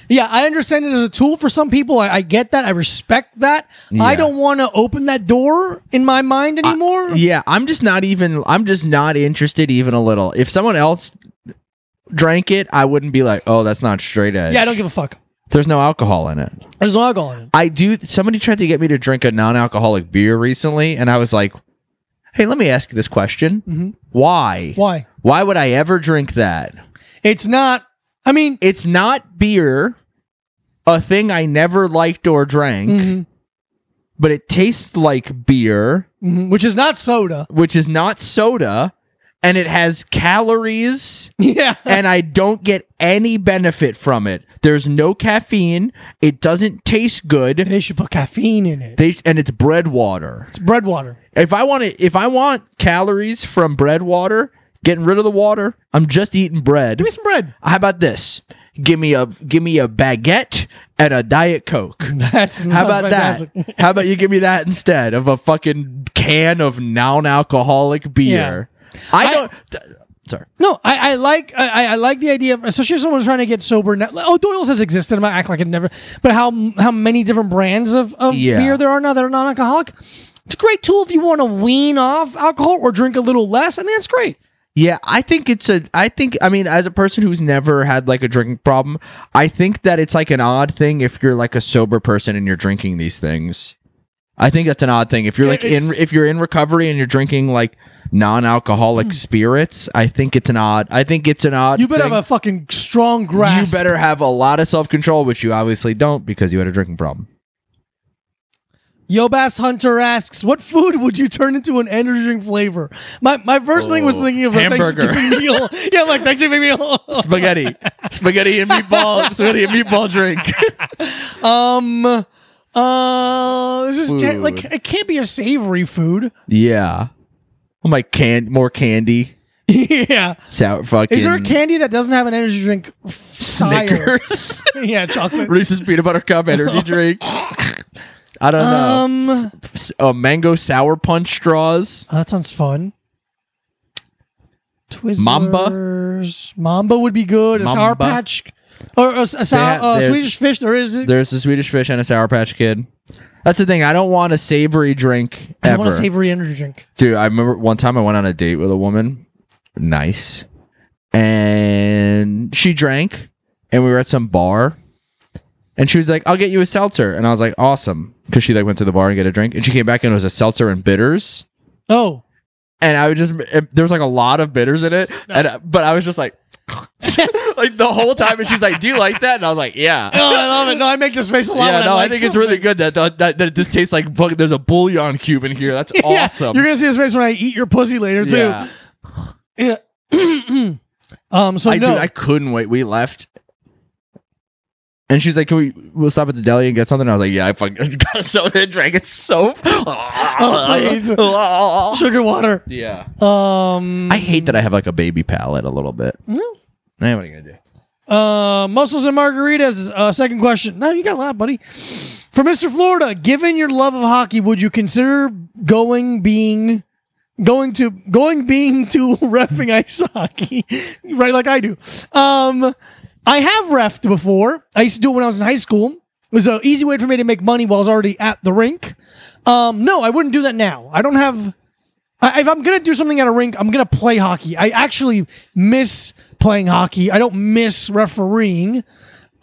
A: Yeah, I understand it as a tool for some people. I, I get that. I respect that. I
B: Yeah.
A: don't want to open that door in my mind anymore.
B: yeah, I'm just not even, I'm just not interested even a little. If someone else drank it, I wouldn't be like, oh, that's not straight edge.
A: yeah, I don't give a fuck.
B: There's no alcohol in it.
A: There's no alcohol in it.
B: I do, somebody tried to get me to drink a non alcoholic beer recently, and I was like, hey, let me ask you this question. Why?
A: Why?
B: Why would I ever drink that?
A: It's not. I mean,
B: It's not beer, a thing I never liked or drank, but it tastes like beer.
A: mhm, which is not soda.
B: which is not soda and it has calories
A: Yeah.
B: and I don't get any benefit from it. There's no caffeine. It doesn't taste good.
A: They should put caffeine in it.
B: They and it's bread water.
A: It's bread water.
B: If I want to, if I want calories from bread water, getting rid of the water, I'm just eating bread.
A: Give me some bread.
B: How about this? Give me a give me a baguette and a diet coke.
A: That's
B: How about that? How about you give me that instead of a fucking can of non-alcoholic beer? I
A: I-
B: don't. th- sorry.
A: No, I, I like I, I like the idea of especially if someone's trying to get sober. Now. Oh, Doyle's has existed. I'm not acting like it never. But how how many different brands of, of
B: Yeah.
A: beer there are now that are non-alcoholic? It's a great tool if you want to wean off alcohol or drink a little less, and that's great.
B: Yeah, I think it's a. I think I mean, as a person who's never had like a drinking problem, I think that it's like an odd thing if you're like a sober person and you're drinking these things. I think that's an odd thing if you're like in
A: It's-
B: if you're in recovery and you're drinking like non-alcoholic spirits. I think it's an odd. I think it's an odd.
A: You better
B: thing.
A: have a fucking strong grasp.
B: You better have a lot of self control, which you obviously don't because you had a drinking problem.
A: Yo Bass Hunter asks, "What food would you turn into an energy drink flavor?" My my first thing was
B: Oh,
A: thinking of a
B: hamburger.
A: Thanksgiving meal. yeah, like Thanksgiving meal.
B: Spaghetti, spaghetti and meatball, spaghetti and meatball drink.
A: Um, uh, this is gen- like
B: Food.
A: it can't be a savory food.
B: yeah, I'm like can Oh, more candy.
A: yeah.
B: Sour fucking.
A: Is there a candy that doesn't have an energy drink? f- sire?
B: Snickers?
A: yeah, chocolate.
B: Reese's peanut butter cup energy drink. I don't
A: Um.
B: know. S- s- uh, mango sour punch straws.
A: Oh, that sounds fun. Twizzlers.
B: Mamba?
A: Mamba would be good. A sour
B: Mamba.
A: patch. Or a, s- a sour,
B: ha-
A: uh,
B: there's-
A: Swedish fish. There is. it.
B: There's a Swedish fish and a sour patch kid. That's the thing. I don't want a savory drink
A: I
B: ever.
A: want a savory energy drink.
B: Dude, I remember one time I went on a date with a woman. Nice. And she drank and we were at some bar. And she was like, I'll get you a seltzer. And I was like, awesome. Cause she like went to the bar and get a drink. And she came back and it was a seltzer and bitters.
A: Oh.
B: And I would just it- there was like a lot of bitters in it. And I- but I was just like like the whole time and she's like, Do you like that? And I was like, Yeah.
A: Oh, I love it. No, I make this face a lot.
B: Yeah,
A: when
B: no, I,
A: like
B: think it's
A: something.
B: really good that, that that that this tastes like fuck, there's a bouillon cube in here. That's
A: Yeah,
B: awesome.
A: You're gonna see his face when I eat your pussy later too.
B: Yeah.
A: Yeah. um. So
B: I
A: no.
B: dude, I couldn't wait. We left. And she's like, "Can we? We'll stop at the deli and get something." I was like, "Yeah, I fucking got a soda and drank it so."
A: Oh, please. Sugar water.
B: yeah,
A: Um.
B: I hate that I have like a baby palate a little bit.
A: No.
B: Now what are you gonna do?
A: Uh, muscles and margaritas. Uh, second question. No, you got a lot, buddy. For Mr. Florida, given your love of hockey, would you consider going being going to going being to refing ice hockey, right? Like I do. Um, I have refed before. I used to do it when I was in high school. It was an easy way for me to make money while I was already at the rink. Um, no, I wouldn't do that now. I don't have. I, if I'm gonna do something at a rink, I'm gonna play hockey. I actually miss playing hockey. I don't miss refereeing.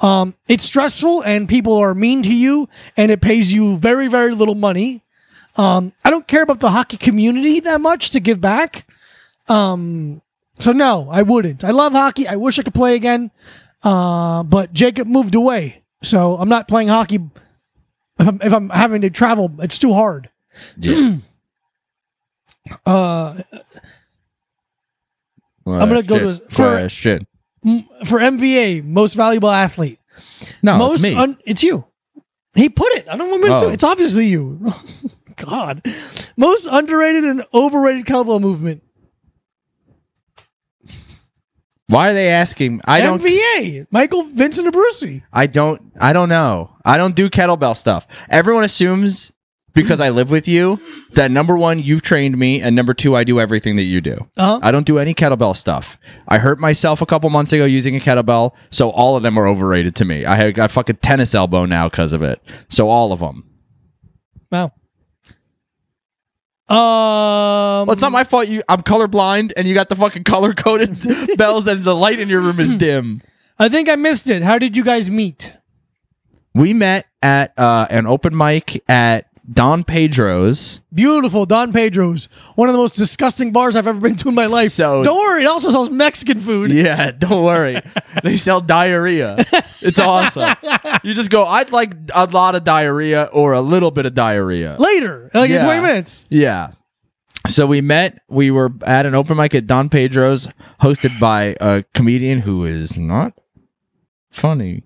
A: Um, it's stressful, and people are mean to you, and it pays you very, very little money. Um, I don't care about the hockey community that much to give back. Um, so no, I wouldn't. I love hockey. I wish I could play again, uh, but Jacob moved away, so I'm not playing hockey. If I'm, if I'm having to travel, it's too hard.
B: Yeah. uh,
A: I'm gonna go to his- for-
B: question.
A: for MVA, most valuable athlete.
B: No,
A: most
B: Oh, it's me.
A: un- it's you. He put it. I don't want me to.
B: Oh.
A: do it. It's obviously you. God, most underrated and overrated cowbell movement.
B: Why are they asking? I don't.
A: MVA, Michael Vincent Abruzzi.
B: I don't I don't know. I don't do kettlebell stuff. Everyone assumes because I live with you that number 1 you've trained me and number 2 I do everything that you do.
A: Uh-huh.
B: I don't do any kettlebell stuff. I hurt myself a couple months ago using a kettlebell, so all of them are overrated to me. I have got fucking tennis elbow now cuz of it. So all of them.
A: Wow. Um,
B: Well, it's not my fault you I'm colorblind and you got the fucking color coded bells and the light in your room is dim.
A: I think I missed it. How did you guys meet?
B: We met at uh, an open mic at Don Pedro's.
A: Beautiful Don Pedro's, one of the most disgusting bars I've ever been to in my life.
B: So-
A: Don't worry, it also sells Mexican food.
B: Yeah, don't worry. they sell diarrhea. It's awesome. You just go, I'd like a lot of diarrhea or a little bit of diarrhea.
A: Later, like in
B: Yeah.
A: twenty minutes.
B: Yeah. So we met, we were at an open mic at Don Pedro's, hosted by a comedian who is not funny.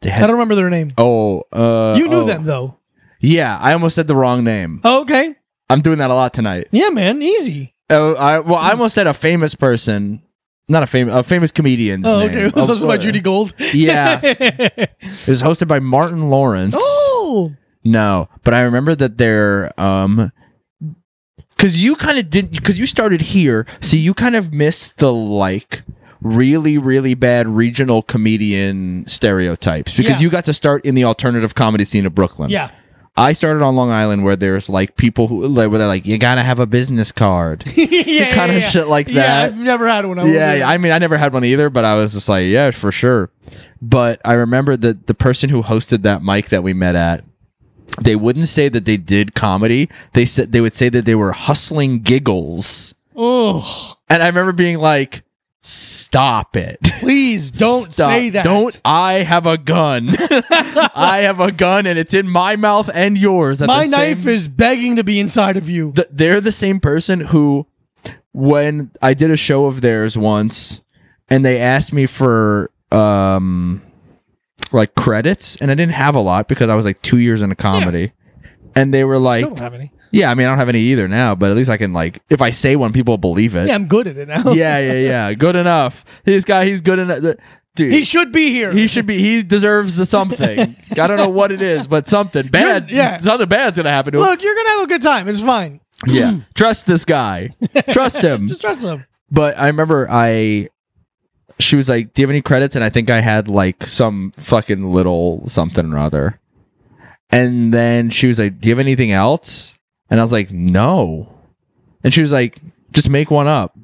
B: They
A: I
B: had-
A: don't remember their name.
B: oh, uh,
A: You knew
B: oh.
A: them though.
B: Yeah, I almost said the wrong name.
A: Oh, okay.
B: I'm doing that a lot tonight.
A: Yeah, man. Easy.
B: Oh, I, well, I almost said a famous person, not a famous, a famous comedian's
A: Oh,
B: name.
A: okay. It was
B: Of
A: also by
B: course.
A: Judy Gold.
B: Yeah. It was hosted by Martin Lawrence.
A: oh.
B: No, but I remember that they're um cuz you kind of didn't cuz you started here, so you kind of missed the like really really bad regional comedian stereotypes because
A: Yeah.
B: you got to start in the alternative comedy scene of Brooklyn.
A: Yeah.
B: I started on Long Island where there's like people who like where they're like you got to have a business card.
A: yeah, yeah,
B: kinda
A: yeah.
B: shit like
A: Yeah,
B: that.
A: I've never had one. I
B: Yeah, yeah, I mean, I never had one either, but I was just like, yeah, for sure. But I remember that the person who hosted that mic that we met at, they wouldn't say that they did comedy. They said they would say that they were hustling giggles,
A: Oh,
B: and I remember being like, "Stop it."
A: please don't
B: Stop.
A: say that.
B: Don't. I have a gun. I have a gun, and it's in my mouth and yours. At
A: My
B: the
A: knife
B: same-
A: is begging to be inside of you.
B: th- they're the same person who when I did a show of theirs once and they asked me for um like credits and I didn't have a lot because I was like 2 years into comedy and they were like
A: Still don't have any.
B: Yeah, I mean, I don't have any either now, but at least I can like, if I say one, people believe it.
A: Yeah, I'm good at it now.
B: yeah, yeah, yeah. Good enough. This guy, he's good enough. Dude,
A: he should be here.
B: he should be. He deserves the something. I don't know what it is, but something bad.
A: yeah.
B: something bad's gonna happen to him.
A: Look, you're gonna have a good time. It's fine.
B: Yeah, trust this guy. Trust him.
A: Just trust him.
B: But I remember I, she was like, "Do you have any credits?" And I think I had like some fucking little something or other. And then she was like, "Do you have anything else?" And I was like, "No." And she was like, "Just make one up."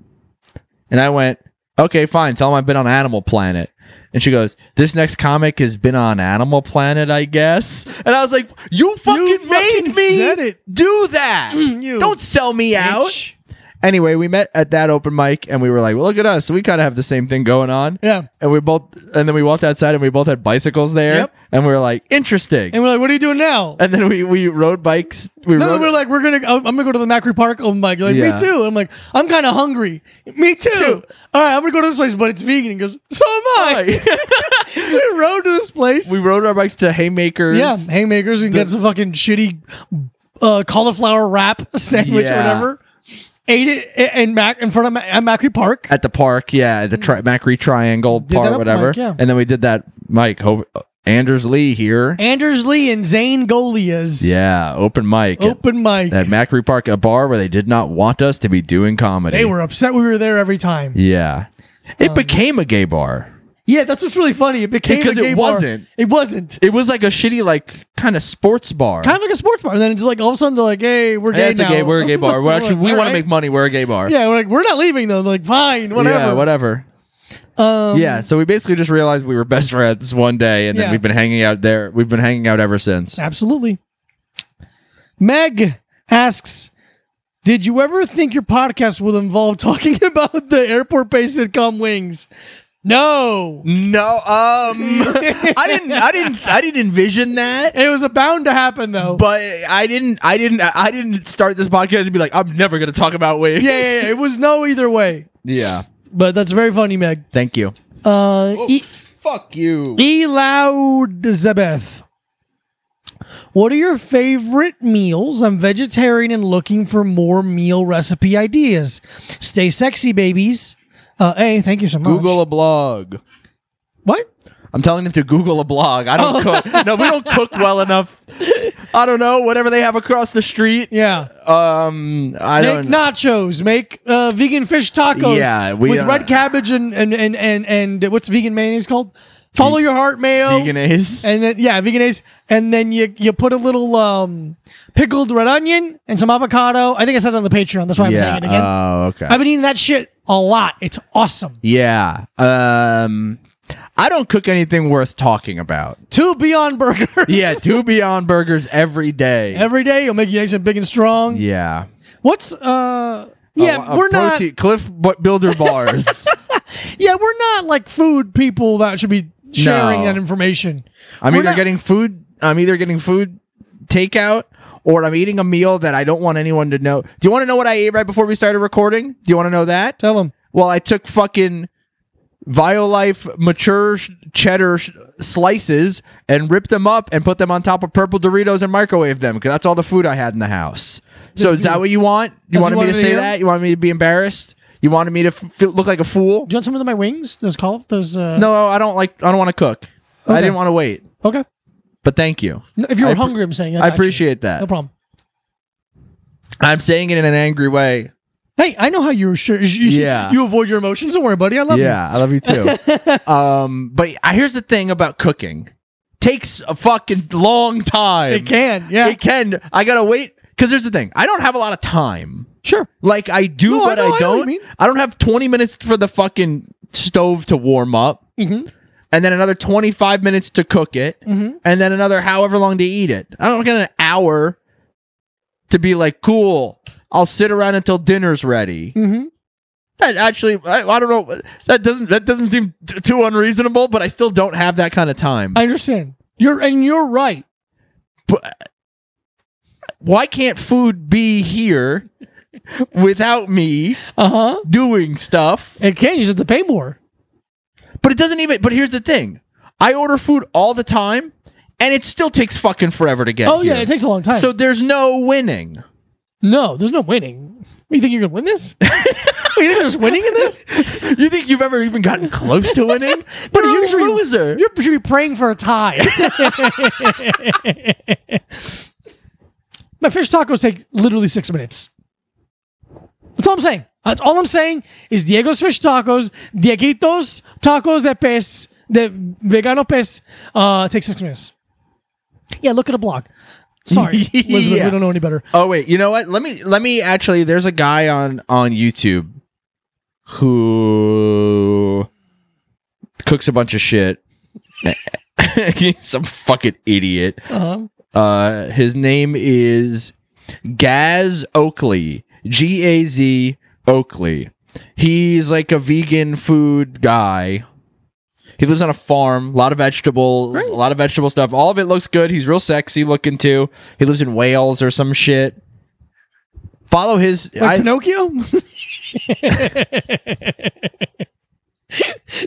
B: And I went, "Okay, fine. Tell them I've been on Animal Planet." And she goes, "This next comic has been on Animal Planet, I guess." And I was like, "You fucking made
A: fucking
B: me
A: said it.
B: do that.
A: you
B: Don't sell me out." anyway, we met at that open mic and we were like, well, look at us. We kind of have the same thing going on.
A: Yeah.
B: And we both, and then we walked outside and we both had bicycles there.
A: Yep.
B: And we were like, interesting.
A: And
B: And,
A: we're like, what are you doing now?
B: then we, we rode bikes. We
A: No,
B: rode,
A: we're like, we're gonna. I'm gonna go to the Macri Park. Oh my god, like,
B: Yeah.
A: me too. I'm like, I'm kind of hungry. Me too. All right, I'm gonna go to this place, but it's vegan. He goes, so am I. so we rode to this place.
B: we rode our bikes to Haymakers.
A: yeah, haymakers and get some fucking shitty uh, cauliflower wrap sandwich
B: Yeah.
A: or whatever. Ate it i- in Mac in front of Ma- at Macri Park.
B: At the park. Yeah. At the tri- Macri Triangle Park,
A: that up
B: whatever.
A: mic, yeah.
B: And then we did that mic. Ho- Anders Lee here.
A: Anders Lee and Zane Golia's
B: yeah. Open mic. at-
A: open mic.
B: At, Macri Park, a bar where they did not want us to be doing comedy.
A: They were Um, upset we were there every time.
B: Yeah. It became a gay bar.
A: Yeah, that's what's really funny. It became
B: Because
A: a
B: it
A: gay bar.
B: wasn't.
A: It wasn't.
B: It was like a shitty, like kind of sports bar.
A: Kind of like a sports bar. And then it's like all of a sudden they're like, "Hey, we're
B: yeah,
A: gay
B: it's
A: now.
B: a gay. We're a gay bar. We're actually we
A: All
B: want
A: right.
B: to make money. We're a gay bar.
A: Yeah, we're like we're not leaving though. Like fine, whatever.
B: Yeah, whatever.
A: Um,
B: yeah, so we basically just realized we were best friends one day, and then
A: Yeah.
B: we've been hanging out there. We've been hanging out ever since.
A: Absolutely. Meg asks, "Did you ever think your podcast will involve talking about the airport-based sitcom Wings?" No.
B: No, um, I didn't, I didn't, I didn't envision that.
A: It was bound to happen though.
B: But I didn't, I didn't, I didn't start this podcast and be like, I'm never gonna talk about waves.
A: yeah, yeah, yeah, it was no either way.
B: yeah.
A: But that's very funny, Meg.
B: Thank you.
A: Uh, e-
B: Fuck you.
A: Eloud Zebeth. What are your favorite meals? I'm vegetarian and looking for more meal recipe ideas. Stay sexy, babies. Uh, hey, thank you so much.
B: Google a blog.
A: what?
B: I'm telling them to Google a blog. I don't
A: Oh.
B: cook. No, we don't cook well enough. I don't know. Whatever they have across the street.
A: Yeah,
B: Um, I
A: make
B: don't.
A: nachos. Make uh, vegan fish tacos.
B: Yeah, we,
A: with
B: uh,
A: red cabbage and and and and, and uh, what's vegan mayonnaise called? Follow your heart mayo.
B: Veganaise.
A: And then yeah, veganaise. And then you you put a little um, pickled red onion and some avocado. I think I said it on the Patreon. That's why I'm saying it again.
B: Oh, okay.
A: I've been eating that shit a lot. It's awesome.
B: yeah. Um, I don't cook anything worth talking about.
A: Two Beyond Burgers.
B: Yeah, two Beyond Burgers every day.
A: Every day it'll make you nice and big and strong.
B: yeah. Oh,
A: What's uh yeah,
B: A- a
A: we're not
B: protein- Cliff Bu- Builder bars.
A: yeah, we're not like food people that should be sharing
B: No.
A: that information.
B: I'm
A: We're
B: either
A: not-
B: getting food. I'm either getting food takeout or I'm eating a meal that I don't want anyone to know. Do you want to know what I ate right before we started recording? Do you want to know that?
A: Tell them.
B: Well, I took fucking Violife mature sh- cheddar sh- slices and ripped them up and put them on top of purple Doritos and microwave them because that's all the food I had in the house. So is that what you want? You
A: That's
B: wanted
A: what
B: me to
A: you
B: say
A: wanted to
B: that? You wanted me to be embarrassed? You wanted me to f- feel, look like a fool?
A: Do you want some of my wings? Those call those uh
B: No, I don't like. I don't want to cook. I
A: Okay.
B: didn't want to wait.
A: Okay.
B: But thank you.
A: No, if you
B: I
A: were
B: appre-
A: hungry, I'm saying I
B: I
A: got you.
B: appreciate that.
A: No problem.
B: I'm saying it in an angry way.
A: Hey, I know how you sure you,
B: Yeah.
A: you avoid your emotions. Don't worry, buddy. I love you.
B: I love you too. um, but I- here's the thing about cooking: takes a fucking long time.
A: It can, yeah.
B: It can. I gotta wait because here's the thing: I don't have a lot of time.
A: Sure.
B: Like I do,
A: No, I
B: but
A: know- I know
B: I,
A: what you
B: don't.
A: mean.
B: I don't have 20 minutes for the fucking stove to warm up,
A: Mm-hmm,
B: and then another 25 minutes to cook it, and then another however long to eat it. I don't get an hour to be like, cool. I'll sit around until dinner's ready.
A: Mhm.
B: That actually, I, I don't know. That doesn't that doesn't seem t- too unreasonable, but I still don't have that kind of time.
A: I understand. You're and you're right.
B: Why can't food be here without me
A: Uh-huh.
B: doing stuff?
A: It can, you just have to pay more.
B: But it doesn't even. But here's the thing: I order food all the time, and it still takes fucking forever to get.
A: Oh yeah,
B: here.
A: it takes a long time.
B: so there's no winning.
A: No, there's no winning. What, you think you're gonna win this? you think there's winning in this?
B: You think you've ever even gotten close to winning? But
A: You're
B: you're,
A: usually-
B: a loser.
A: You should be praying for a tie. My fish tacos take literally six minutes. That's all I'm saying. That's all I'm saying is Diego's fish tacos, Dieguito's tacos de pez, de vegano pez, uh, take six minutes. Yeah, look at a blog. Sorry, Elizabeth,
B: Yeah.
A: we don't know any better.
B: Oh wait, you know what? Let me let me actually. There's a guy on on YouTube who cooks a bunch of shit. He's some fucking idiot.
A: Uh-huh.
B: Uh, his name is Gaz Oakley. G A Z Oakley. He's like a vegan food guy. He lives on a farm, a lot of vegetables, a lot of vegetable stuff. All of it looks good. He's real sexy looking too. He lives in Wales or some shit. Follow his
A: Like
B: I,
A: Pinocchio?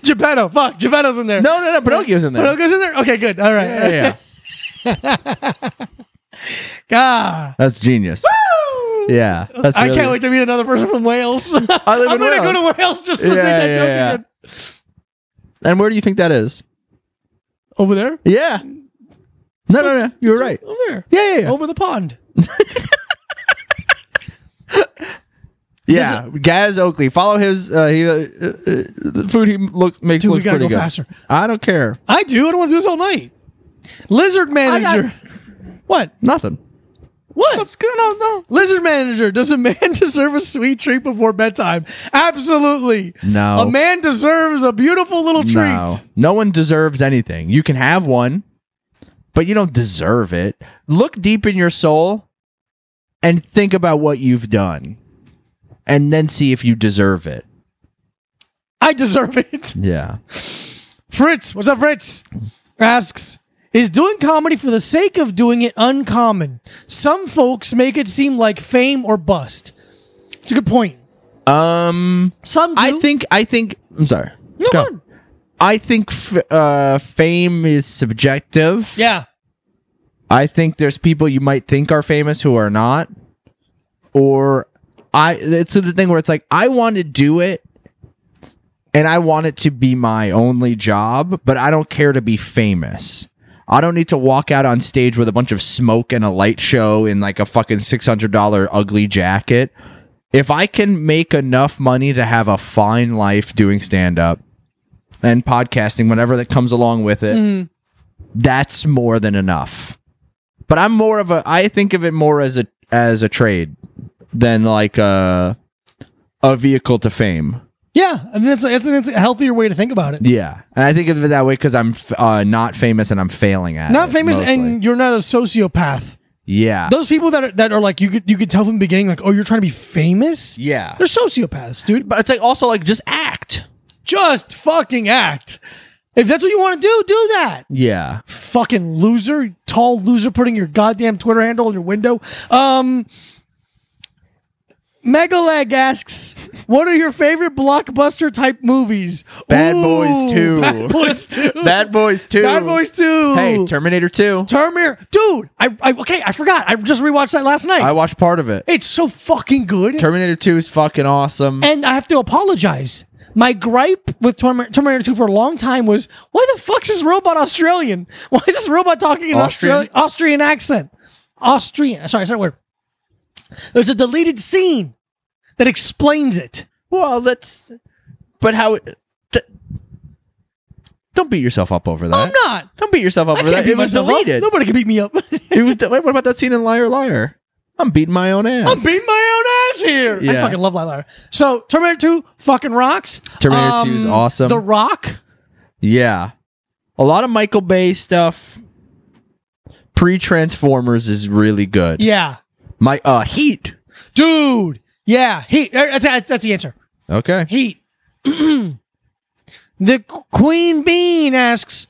A: Geppetto. Fuck, Geppetto's in there.
B: No, no, no, Pinocchio's in there.
A: Pinocchio's in there? Okay, good. All right.
B: Yeah, yeah.
A: Ah.
B: That's genius. Yeah. That's
A: I can't wait to meet another person from Wales. I'm
B: I live
A: going
B: in
A: to
B: Wales.
A: go to Wales just to
B: Yeah,
A: make that
B: yeah,
A: joke
B: yeah.
A: again.
B: and where do you think that is?
A: Over there?
B: Yeah. No, no, no. You're right.
A: Over there.
B: Yeah, yeah, yeah.
A: Over the pond.
B: Yeah, Gaz Oakley. Follow his uh, he, uh, uh, the food he look, makes
A: Dude, we
B: looks
A: got to
B: pretty
A: go
B: good.
A: faster.
B: I don't care.
A: I do. I don't want to do this all night. Lizard manager. what?
B: Nothing.
A: What?
B: good. No, no.
A: Lizard manager. Does a man deserve a sweet treat before bedtime? Absolutely.
B: No.
A: A man deserves a beautiful little treat.
B: No. No one deserves anything. You can have one, but you don't deserve it. Look deep in your soul and think about what you've done, and then see if you deserve it.
A: I deserve it.
B: Yeah.
A: Fritz, what's up, Fritz? Asks, is doing comedy for the sake of doing it uncommon? Some folks make it seem like fame or bust. It's a good point.
B: Um.
A: Some do.
B: I think. I think. I'm sorry.
A: No
B: Go.
A: one.
B: I think f- uh, fame is subjective.
A: Yeah.
B: I think there's people you might think are famous who are not, or I. It's the thing where it's like I want to do it, and I want it to be my only job, but I don't care to be famous. I don't need to walk out on stage with a bunch of smoke and a light show in like a fucking six hundred dollar ugly jacket. If I can make enough money to have a fine life doing stand up and podcasting, whatever that comes along with it, that's more than enough. But I'm more of a I think of it more as a as a trade than like a a vehicle to fame.
A: Yeah. I mean, that's, I think that's a healthier way to think about it.
B: Yeah, and I think of it that way because I'm f- uh, not famous and I'm failing at
A: Not
B: it,
A: famous,
B: mostly.
A: and you're not a sociopath.
B: yeah,
A: Those people that are, that are like you could you could tell from the beginning like oh you're trying to be famous
B: yeah.
A: they're sociopaths dude
B: But it's like also like just act.
A: just fucking act if that's what you want to do do that
B: Yeah,
A: fucking loser, tall loser, putting your goddamn Twitter handle in your window. Um, Megaleg asks, "What are your favorite blockbuster type movies?"
B: Bad Boys 2.
A: Bad Boys Two.
B: Bad Boys Two.
A: Bad Boys Two.
B: Hey, Terminator Two.
A: Terminator, dude. I, I okay, I forgot. I just rewatched that last night.
B: I watched part of it.
A: it's so fucking good.
B: Terminator Two is fucking awesome.
A: and I have to apologize. My gripe with Term- Terminator 2 for a long time was why the fuck's this robot Australian? Why is this robot talking in
B: Austrian?
A: Australian Austrian accent? Austrian. Sorry, sorry word. There's a deleted scene that explains it.
B: Well, that's. But how? Th- don't beat yourself up over that.
A: I'm not.
B: Don't beat yourself up
A: I
B: over
A: can't
B: that.
A: beat
B: It was
A: myself up.
B: deleted.
A: Nobody can beat me up.
B: It was. de- Wait, what about that scene in Liar Liar? I'm beating my own ass.
A: I'm beating my own ass here. I
B: Yeah.
A: fucking love Liar. So Terminator 2 fucking rocks. Um,
B: Terminator 2 is awesome.
A: The Rock.
B: yeah, a lot of Michael Bay stuff. Pre Transformers is really good.
A: Yeah.
B: My uh Heat.
A: Dude. Yeah. He that's, that's that's the answer.
B: Okay.
A: Heat. the Queen Bean asks,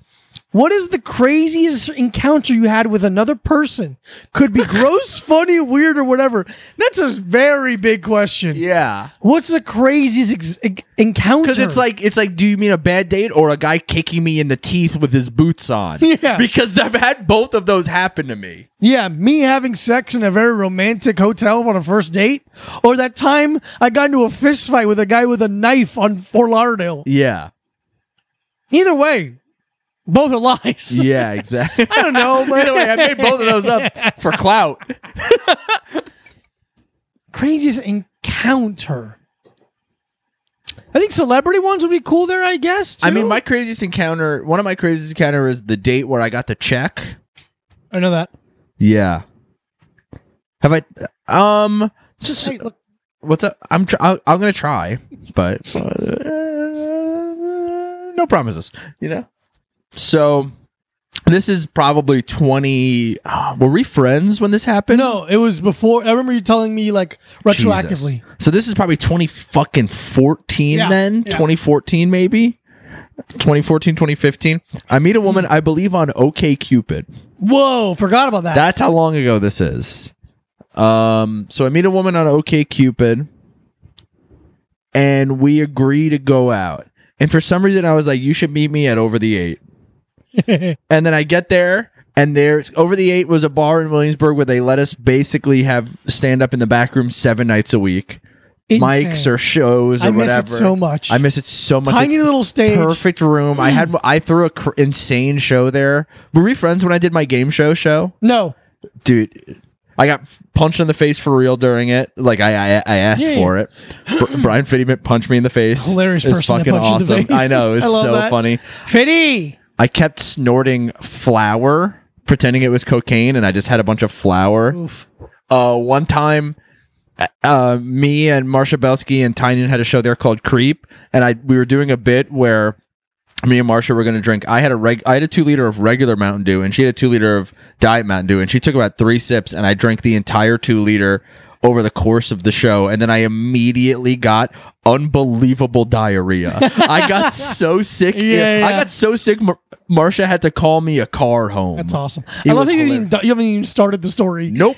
A: What is the craziest encounter you had with another person? Could be gross, funny, weird, or whatever. That's a very big question.
B: Yeah.
A: What's the craziest ex- e- encounter?
B: Because it's like it's like, do you mean a bad date or a guy kicking me in the teeth with his boots on?
A: Yeah.
B: Because I've had both of those happen to me.
A: Yeah, me having sex in a very romantic hotel on a first date, or that time I got into a fist fight with a guy with a knife on Fort Lauderdale.
B: Yeah.
A: Either way, both are lies.
B: Yeah. Exactly.
A: I don't know, but
B: Either way, I made both of those up for clout.
A: craziest encounter. I think celebrity ones would be cool there. I guess.
B: I mean,
A: too.
B: my craziest encounter. One of my craziest encounter is the date where I got the check.
A: I know that.
B: Yeah. Have I? Um. s-
A: Hey, look,
B: What's up? I'm tr- I- I'm gonna try, but uh, no promises. You know. So, this is probably twenty. Uh, were we friends when this happened?
A: no, it was before. I remember you telling me like
B: Jesus.
A: retroactively.
B: So this is probably twenty fucking fourteen.
A: Yeah,
B: Then
A: yeah.
B: twenty fourteen, maybe. 2014 2015 i meet a
A: Hmm.
B: woman i believe on okay cupid
A: Whoa, forgot about that.
B: That's how long ago this is. Um, so I meet a woman on OK Cupid, and we agree to go out. And for some reason, I was like, "You should meet me at Over the Eight. and then I get there, and there's Over the Eight was a bar in Williamsburg where they let us basically have stand up in the back room seven nights a week,
A: Insane.
B: mics or shows or
A: I miss
B: whatever.
A: it so much.
B: I miss it so much.
A: Tiny
B: It's
A: little stage. Mm.
B: perfect room. I had I threw a cr- insane show there. Were we friends when I did my game show show?
A: No,
B: dude i got f- punched in the face for real during it like i i, I asked
A: Yeah, yeah.
B: for it Br- brian fittyman punched me in the face
A: Hilarious
B: It was
A: person that
B: fucking
A: punched you in the
B: awesome
A: face.
B: i know it was
A: I love
B: so
A: that.
B: funny
A: Fitty.
B: i kept snorting flour pretending it was cocaine and i just had a bunch of flour
A: Oof.
B: uh one time uh, me and Marsha Belsky and Tynan had a show there called Creep, and I we were doing a bit where me and Marsha were going to drink. I had a reg, I had a two liter of regular Mountain Dew, and she had a two liter of Diet Mountain Dew, and she took about three sips, and I drank the entire two liter over the course of the show, and then I immediately got unbelievable diarrhea. I got so sick.
A: Yeah, yeah.
B: I got so sick. Mar- Marsha had to call me a car home.
A: That's awesome.
B: It
A: I love
B: was
A: that you,
B: hilarious.
A: even, you haven't even started the story.
B: Nope.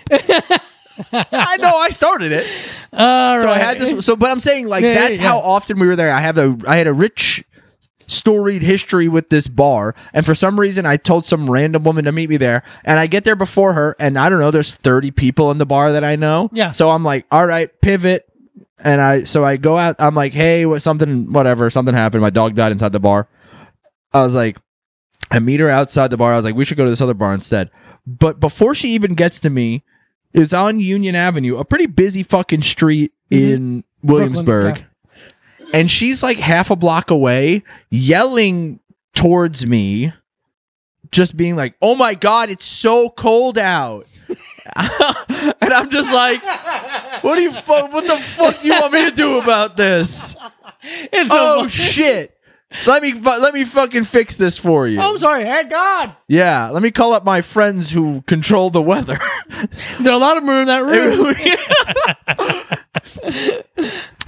B: I know I started it.
A: All
B: So I
A: right.
B: had this. So, but I'm saying like
A: Yeah, yeah,
B: that's
A: yeah.
B: how often we were there. I have a I had a rich storied history with this bar, and for some reason I told some random woman to meet me there, and I get there before her, and I don't know. There's 30 people in the bar that I know.
A: Yeah.
B: So I'm like, all right, pivot. And I so I go out. I'm like, hey, what something, whatever, something happened. My dog died inside the bar. I was like, I meet her outside the bar. I was like, we should go to this other bar instead. But before she even gets to me, it's on Union Avenue, a pretty busy fucking street in Williamsburg.
A: Brooklyn,
B: And she's like half a block away yelling towards me, just being like, oh my God, it's so cold out. and I'm just like, what do you fuck? What the fuck do you want me to do about this?
A: It's so
B: Oh
A: fu-
B: shit! Let me fu- let me fucking fix this for you.
A: I'm sorry. Hey, God.
B: Yeah, let me call up my friends who control the weather.
A: There are a lot of them in that room.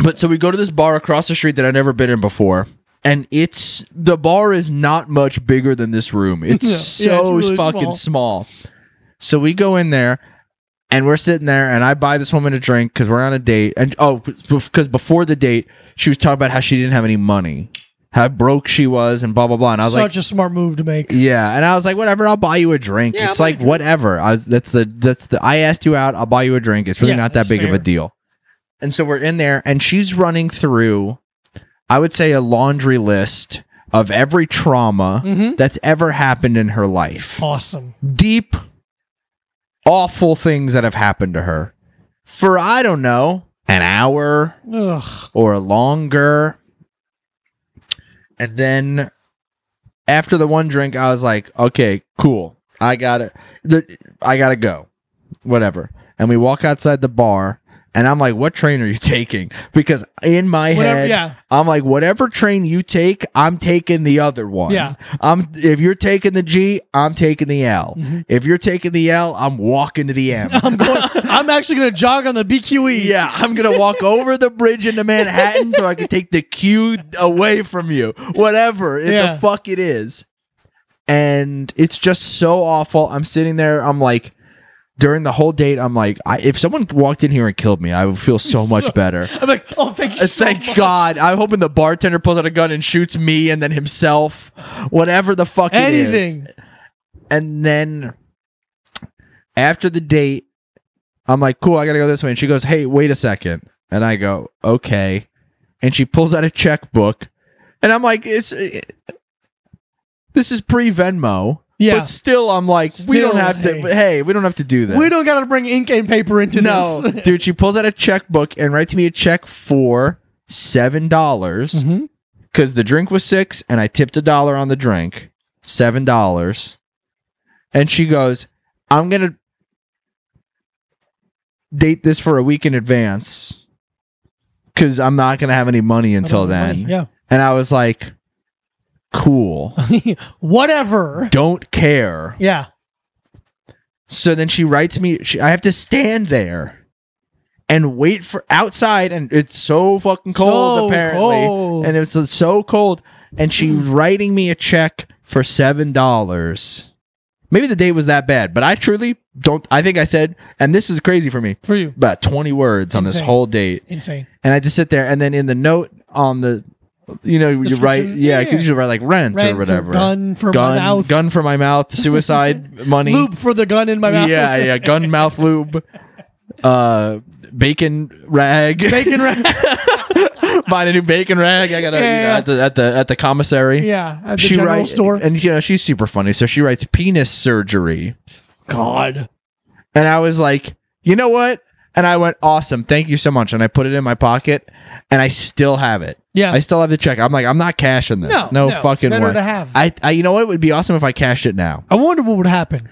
B: but so we go to this bar across the street that I've never been in before. And it's the bar is not much bigger than this room. It's
A: Yeah, yeah,
B: so
A: it's really
B: fucking small. So we go in there and we're sitting there and I buy this woman a drink because we're on a date. And oh, because before the date, she was talking about how she didn't have any money, how broke she was, and blah, blah, blah. And I was
A: Such
B: like,
A: a smart move to make.
B: Yeah, and I was like, whatever, I'll buy you a drink.
A: Yeah,
B: it's
A: I'll buy you
B: like whatever. I was, that's the that's the I asked you out. I'll buy you a drink. It's really
A: Yeah,
B: not that
A: that's
B: big of
A: fair.
B: a deal. And so we're in there, and she's running through, I would say, a laundry list of every trauma
A: Mhm.
B: that's ever happened in her life.
A: Awesome.
B: Deep, awful things that have happened to her for I don't know an hour,
A: Ugh.
B: or longer. And then after the one drink, I was like, okay, cool. I gotta the, I gotta go. Whatever. And we walk outside the bar and I'm like, what train are you taking? Because in my
A: Whatever,
B: head,
A: yeah.
B: I'm like, whatever train you take, I'm taking the other one.
A: Yeah.
B: I'm if you're taking the G, I'm taking the L. If you're taking the L, I'm walking to the M.
A: Mm-hmm. I'm going. I'm actually going to jog on the E. BQE.
B: Yeah, I'm gonna walk over the bridge into Manhattan so I can take the Q away from you. Whatever it,
A: Yeah.
B: the fuck it is. and it's just so awful. I'm sitting there. I'm like, during the whole date, I'm like, I, if someone walked in here and killed me, I would feel so much better.
A: I'm like, oh, thank you.
B: Uh,
A: So
B: Thank
A: much.
B: God. I'm hoping the bartender pulls out a gun and shoots me and then himself, whatever the fuck it is.
A: Anything.
B: And then after the date, I'm like, cool, I gotta go this way. And she goes, hey, wait a second. And I go, okay. And she pulls out a checkbook. And I'm like, it's. it- this is pre Venmo,
A: Yeah.
B: but still, I'm like, we
A: Still,
B: don't have
A: hey.
B: to. Hey, we don't have to do that.
A: we don't got to bring ink and paper into
B: No,
A: this.
B: dude, she pulls out a checkbook and writes me a check for seven dollars
A: Mhm.
B: because the drink was six, and I tipped a dollar on the drink, seven dollars. And she goes, "I'm gonna date this for a week in advance because I'm not gonna have any money until then." And I was like, "Cool,
A: Yeah. Whatever.
B: don't care."
A: Yeah.
B: So then she writes me, she, I have to stand there and wait for outside. And it's so fucking cold,
A: So
B: apparently.
A: cold. Mm.
B: And it's so cold. And she writing me a check for $7. Maybe the day was that bad, but I truly don't. I think I said, and this is crazy for me,
A: For you.
B: about 20 words on this
A: Insane.
B: whole date.
A: Insane.
B: And I just sit there. And then in the note on the, you know, you write,
A: Description?
B: yeah,
A: Yeah.
B: because you write like rent,
A: Rent
B: or whatever.
A: Gun for my
B: gun,
A: mouth.
B: gun for my mouth, suicide money
A: Lube for the gun in my mouth.
B: yeah, yeah, gun mouth lube, uh, bacon rag.
A: Bacon wrap.
B: Buy a new bacon rag. I gotta you
A: Yeah,
B: know,
A: yeah.
B: at the at the at the commissary.
A: yeah. At the general
B: writes
A: store.
B: and you know she's super funny. So she writes penis surgery,
A: God.
B: and I was like, you know what? And I went awesome. Thank you so much. And I put it in my pocket, and I still have it.
A: Yeah.
B: I still have the check. I'm like, I'm not cashing this.
A: No,
B: No,
A: no, it's
B: fucking
A: better
B: way.
A: to have.
B: I, I, you know what? It would be awesome if I cashed it now.
A: I wonder what would happen.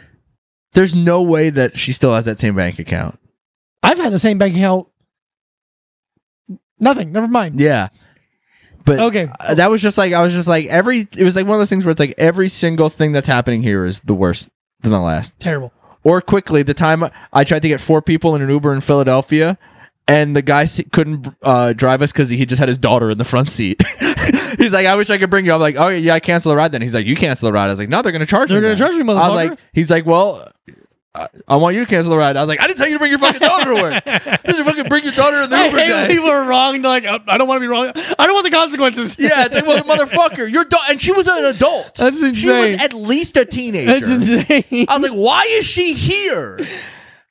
B: There's no way that she still has that same bank account.
A: I've had the same bank account. Nothing. Never mind.
B: Yeah. But
A: Okay.
B: Uh, that was just like I was just like every it was like one of those things where it's like every single thing that's happening here is the worst than the last.
A: Terrible.
B: Or quickly, the time I tried to get four people in an Uber in Philadelphia, and the guy s- couldn't uh, drive us because he just had his daughter in the front seat. He's like, I wish I could bring you. I'm like, oh yeah, I cancel the ride. Then he's like, you cancel the ride. I was like, no, they're gonna charge
A: They're
B: me.
A: gonna
B: then."
A: charge me,
B: I
A: motherfucker.
B: was like, he's like, well. I- I want you to cancel the ride. I was like, I didn't tell you to bring your fucking daughter to work. Did you fucking bring your daughter in the
A: I
B: Uber?
A: hate when
B: day?"
A: people are wrong. They're like, "Oh, I don't want to be wrong. I don't want the consequences.
B: Yeah, it's like, well, motherfucker, you're da- and she was an adult.
A: That's
B: She was
A: insane.
B: at least a teenager.
A: That's insane.
B: I was like, why is she here?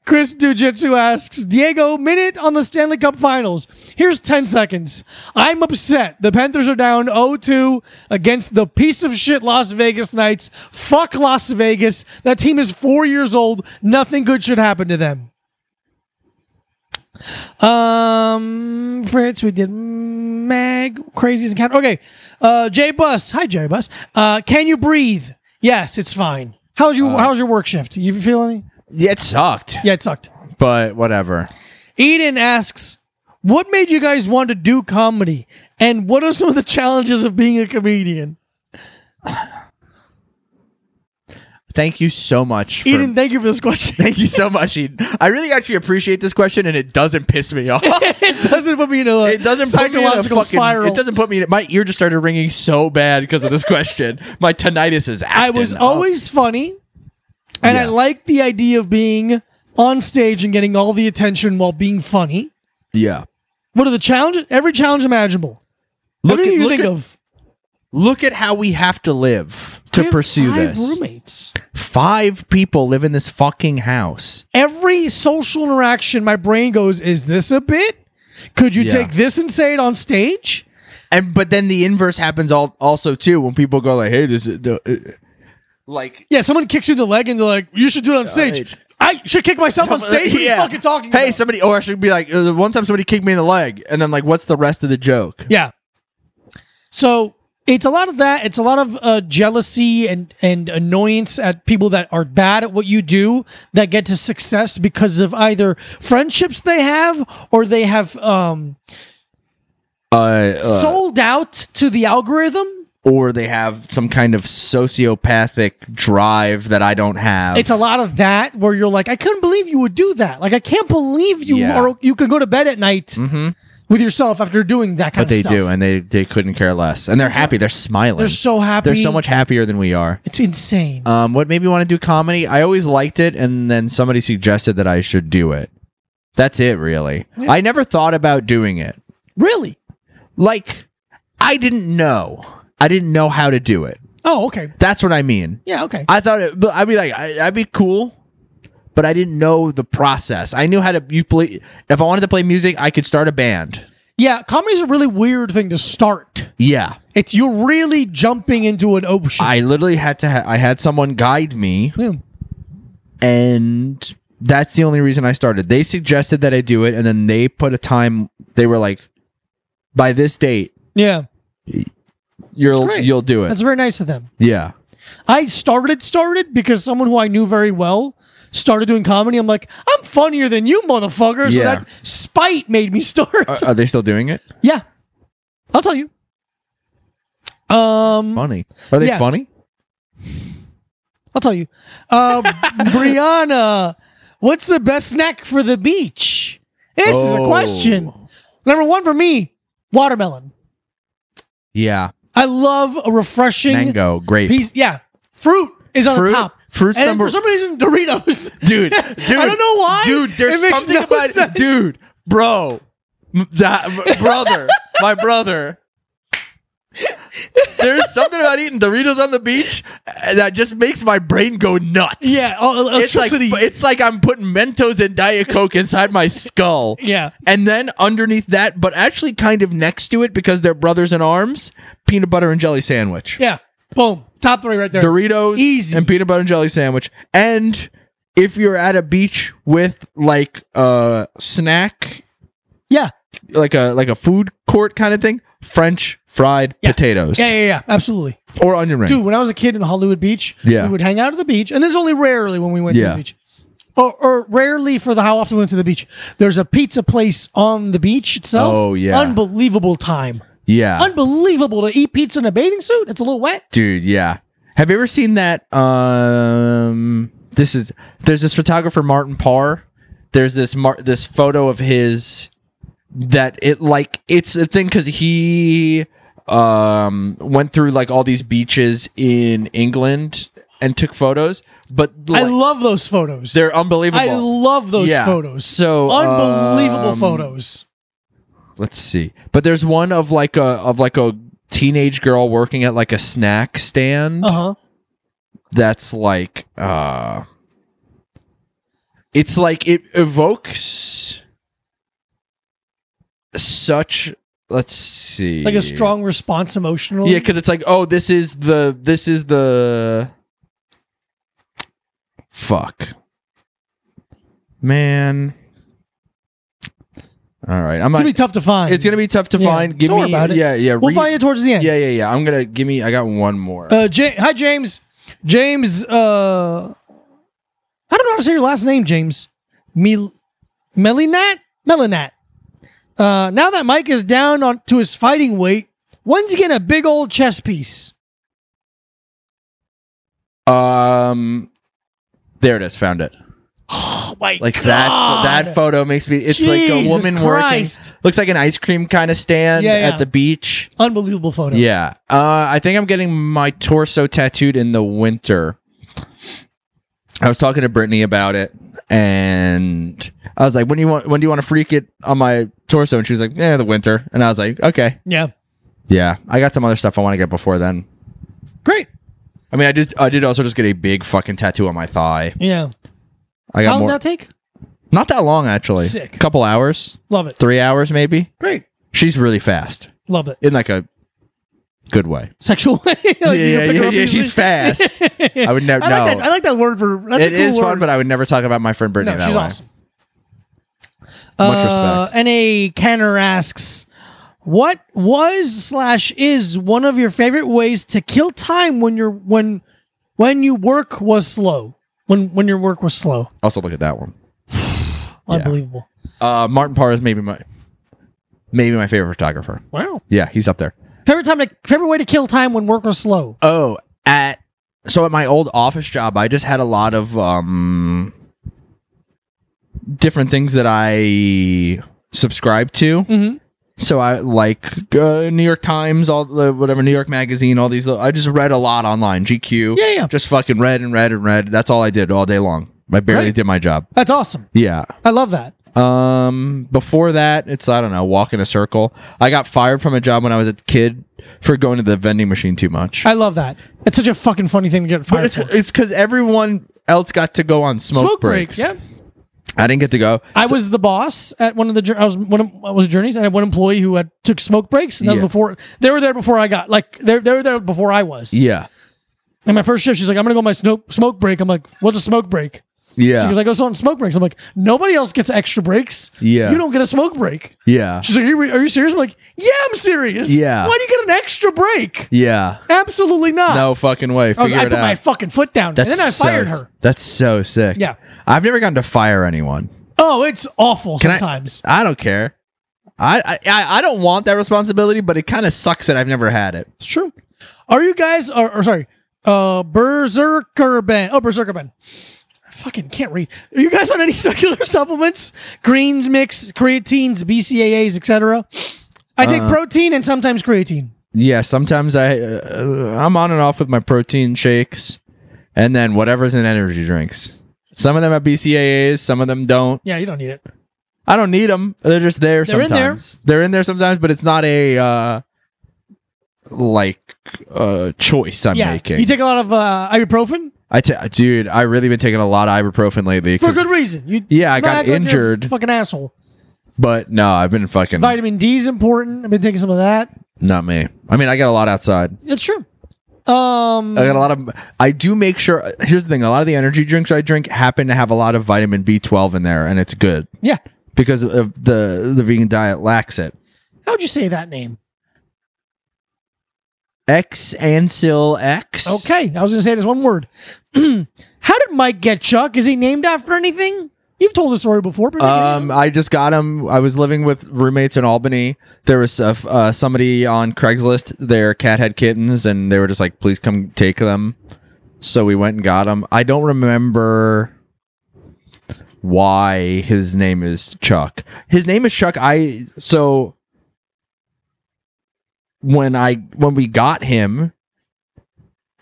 A: Chris Dujitsu asks Diego, minute on the Stanley Cup Finals. Here's 10 seconds. I'm upset. The Panthers are down 0 2 against the piece of shit Las Vegas Knights. Fuck Las Vegas. That team is four years old. Nothing good should happen to them. Um, France, we did Mag, Crazies and Cat. Okay. Uh, Jay Bus. Hi, Jay Bus. Uh, can you breathe? Yes, it's fine. How's your, how's your work shift? You feel any?
B: Yeah, it sucked,
A: Yeah, it sucked.
B: but whatever.
A: Eden asks, "What made you guys want to do comedy, and what are some of the challenges of being a comedian?"
B: Thank you so much. For,
A: Eden, thank you for this question.
B: thank you so much, Eden. I really actually appreciate this question, and it doesn't piss me off.
A: it doesn't put me in a
B: It doesn't put me in a
A: psychological
B: fucking.
A: spiral.
B: It doesn't put me in. My ear just started ringing so bad because of this question. My tinnitus is.
A: I
B: acting
A: was
B: up.
A: always funny, and I
B: uh, Yeah.
A: liked the idea of being on stage and getting all the attention while being funny.
B: Yeah.
A: What are the challenges? Every challenge imaginable.
B: Look at,
A: Everything you
B: look,
A: think
B: at,
A: of
B: look at how we have to live to
A: We have
B: pursue
A: five
B: this.
A: Roommates.
B: Five people live in this fucking house.
A: every social interaction, my brain goes, "Is this a bit? Could you
B: Yeah.
A: take this and say it on stage?"
B: and but then the inverse happens all, also too when people go like hey this is the, uh, like
A: Yeah, someone kicks you in the leg and they're like, "You should do it on stage." I should kick myself on stage. What are you fucking talking?
B: hey
A: about?
B: somebody or i should be like uh, one time somebody kicked me in the leg and then like what's the rest of the joke
A: yeah. So it's a lot of that. It's a lot of uh, jealousy and and annoyance at people that are bad at what you do that get to success because of either friendships they have or they have um,
B: uh, uh,
A: sold out to the algorithm.
B: or they have some kind of sociopathic drive that i don't have
A: it's a lot of that where you're like, I couldn't believe you would do that. Like, I can't believe you
B: Yeah. Mm-hmm.
A: are. You can go to bed at night with yourself after doing that kind
B: But
A: of
B: they
A: stuff.
B: do, and they, they couldn't care less. And they're happy. They're smiling.
A: they're so happy.
B: Um, They're so much happier than we are.
A: It's insane.
B: Um, what made me want to do comedy? I always liked it, and then somebody suggested that I should do it. That's it, really. I never thought about doing it.
A: really?
B: Like, I didn't know. I didn't know how to do it.
A: Oh, okay.
B: That's what I mean.
A: Yeah, okay.
B: I thought it, but I'd be like, I, that'd be cool, but I didn't know the process. I knew how to you play. If I wanted to play music, I could start a band.
A: yeah, comedy's a really weird thing to start.
B: Yeah,
A: It's you're really jumping into an ocean.
B: I literally had to. Ha- I had someone guide me,
A: Yeah.
B: and that's the only reason I started. They suggested that I do it, and then they put a time. They were like, by this date,
A: yeah,
B: you'll
A: great.
B: you'll do it.
A: that's very nice of them.
B: yeah,
A: I started started because someone who I knew very well started doing comedy. I'm like, I'm funnier than you, motherfucker. So
B: Yeah. Uh,
A: that spite made me start.
B: are, are they still doing it?
A: yeah, I'll tell you. Um,
B: Funny? Are they
A: Yeah.
B: funny?
A: I'll tell you. Uh, Brianna, what's the best snack for the beach? This is a
B: Oh.
A: question. Number one for me, watermelon.
B: Yeah,
A: I love a refreshing
B: mango, grape,
A: piece. Yeah, fruit is on
B: Fruit-
A: the top.
B: fruit's
A: and
B: number-
A: for some reason Doritos.
B: dude. Dude,
A: I don't know why.
B: Dude,
A: It
B: there's
A: makes
B: something
A: no
B: about
A: sense.
B: dude, bro, m- that m- brother, my brother. There's something about eating Doritos on the beach uh, that just makes my brain go nuts.
A: Yeah, all-
B: It's like
A: electricity.
B: it's like I'm putting Mentos and Diet Coke inside my skull.
A: Yeah.
B: And then underneath that, but actually kind of next to it because they're brothers in arms, peanut butter and jelly sandwich.
A: yeah, boom, top three right there.
B: Doritos
A: Easy.
B: and peanut butter and jelly sandwich. And if you're at a beach with like a snack,
A: yeah.
B: like a like a food court kind of thing, French fried
A: Yeah.
B: potatoes
A: yeah, yeah, yeah, absolutely.
B: or onion ring.
A: Dude, when I was a kid in Hollywood Beach,
B: Yeah.
A: we would hang out at the beach, and this is only rarely when we went to
B: Yeah.
A: the beach. Or, or rarely for the how often we went to the beach. There's a pizza place on the beach itself.
B: Oh, yeah.
A: Unbelievable time.
B: yeah,
A: Unbelievable to eat pizza in a bathing suit. It's a little wet.
B: dude, yeah. Have you ever seen that? Um, this is there's this photographer Martin Parr. There's this mar- this photo of his that it like it's a thing because he um went through like all these beaches in England and took photos, but like,
A: I love those photos.
B: they're unbelievable.
A: I love those
B: Yeah.
A: photos.
B: So,
A: unbelievable
B: um,
A: photos.
B: Let's see, but there's one of like a of like a teenage girl working at like a snack stand.
A: Uh huh.
B: that's like uh it's like it evokes such let's see
A: Like a strong response emotionally.
B: yeah because it's like oh this is the this is the fuck man all right i'm
A: it's
B: not,
A: gonna be tough to find.
B: it's gonna be tough to
A: Yeah,
B: find give
A: don't
B: me
A: worry about it.
B: yeah yeah
A: We'll
B: re-
A: find it towards the end.
B: yeah yeah yeah i'm gonna give me i got one more
A: Uh, ja- hi, James. James. Uh, I don't know how to say your last name, James. Mel- Melinat. Melinat. Uh, now that Mike is down on to his fighting weight, when's he getting a big old chess piece?
B: Um, there it is. Found it.
A: Oh my
B: Like that. That photo makes me. It's like a
A: Jesus
B: woman
A: Christ.
B: working. Looks like an ice cream kind of stand
A: Yeah, yeah.
B: at the beach.
A: Unbelievable photo.
B: Yeah. Uh, I think I'm getting my torso tattooed in the winter. I was talking to Brittany about it, and I was like, "When do you want? When do you want to freak it on my torso?" And she was like, "Yeah, the winter." And I was like, "Okay,
A: Yeah.
B: yeah, I got some other stuff I want to get before then."
A: Great.
B: I mean, I just I did also just get a big fucking tattoo on my thigh.
A: Yeah.
B: I got
A: How long
B: more.
A: did that take?
B: Not that long, actually.
A: Sick.
B: Couple hours,
A: Love it.
B: three hours maybe.
A: Great.
B: She's really fast
A: Love it.
B: in like a good way.
A: Sexual way. Like, you can pick her up easily.
B: She's fast. I would never.
A: I
B: No,
A: like that. I like that word for. That's
B: it
A: a cool
B: is
A: word.
B: fun, but I would never talk about my friend Brittany
A: No,
B: that
A: she's
B: way.
A: awesome.
B: Much
A: Uh, N.A. Canner asks, "What was slash is one of your favorite ways to kill time when you're when when you work was slow? When when your work was slow,
B: Also, look at that one.
A: unbelievable.
B: Uh, Martin Parr is maybe my maybe my favorite photographer.
A: Wow.
B: Yeah, he's up there.
A: Favorite time to favorite way to kill time when work was slow.
B: Oh, at so at my old office job, I just had a lot of um different things that I subscribed to.
A: Mhm.
B: So I like uh, New York Times, all the whatever New York Magazine, all these. Little, I just read a lot online, GQ.
A: Yeah, yeah.
B: Just fucking read and read and read. That's all I did all day long. I barely
A: Great.
B: did my job.
A: That's awesome.
B: Yeah.
A: I love that.
B: Um, before that, it's I don't know, walk in a circle. I got fired from a job when I was a kid for going to the vending machine too much.
A: I love that. It's such a fucking funny thing to get
B: but
A: fired
B: it's
A: for.
B: it's because everyone else got to go on smoke,
A: Smoke
B: breaks.
A: breaks. Yeah.
B: I didn't get to go.
A: I was the boss at one of the jour- I was one of, I was journeys and I had one employee who had took smoke breaks and that
B: Yeah.
A: was before they were there before I got like they they were there before I was.
B: Yeah,
A: And my first shift, she's like, "I'm gonna go on my smoke smoke break." I'm like, "What's a smoke break?"
B: yeah,
A: She goes, "I go on smoke breaks." I'm like, "Nobody else gets extra breaks.
B: Yeah.
A: you don't get a smoke break."
B: yeah,
A: She's like, "Are you, re- are you serious?" I'm like, "Yeah, I'm serious.
B: Yeah.
A: why do you get an extra break?
B: yeah.
A: Absolutely not."
B: No fucking way.
A: I, was,
B: Figure
A: I
B: it
A: put
B: out.
A: my fucking foot down,
B: That's
A: and then I
B: so-
A: fired her.
B: That's so sick.
A: Yeah.
B: I've never gotten to fire anyone.
A: Oh, it's awful
B: Can I-
A: sometimes.
B: I don't care. I I, I I don't want that responsibility, but it kind of sucks that I've never had it.
A: It's true. Are you guys or, or sorry, uh Berserker Ben. Oh, Berserker Ben. I fucking can't read. Are you guys on any circular supplements? Green mix, creatines, BCAAs, etc. I
B: Uh,
A: take protein and sometimes creatine.
B: Yeah, sometimes I uh, I'm on and off with my protein shakes, and then whatever's in energy drinks. Some of them have BCAAs, some of them don't.
A: Yeah, you don't need it.
B: I don't need them. They're just there
A: They're in there.
B: sometimes. They're in there sometimes, but it's not a uh like uh choice I'm
A: Yeah.
B: making.
A: You take a lot of uh, ibuprofen
B: I ta- dude, I really been taking a lot of ibuprofen lately.
A: for
B: 'cause-
A: good reason. You
B: Yeah, I
A: not
B: got
A: act like you're a
B: injured.
A: Fucking asshole.
B: But no, I've been fucking
A: Vitamin D is important. I've been taking some of that.
B: not me. I mean, I get a lot outside.
A: It's true. Um
B: I got a lot of. I do make sure. Here's the thing: a lot of the energy drinks I drink happen to have a lot of vitamin B12 in there, and it's good
A: yeah.
B: because of the the vegan diet lacks it.
A: How would you say that name?
B: X Ancil X.
A: Okay, I was going to say this one word. How did Mike get Chuck? Is he named after anything? You've told the story before, but
B: Um, I just got him. I was living with roommates in Albany. There was a, f- uh, somebody on Craigslist. Their cat had kittens, and they were just like, "Please come take them." So we went and got them. I don't remember why his name is Chuck. His name is Chuck. I so when I when we got him,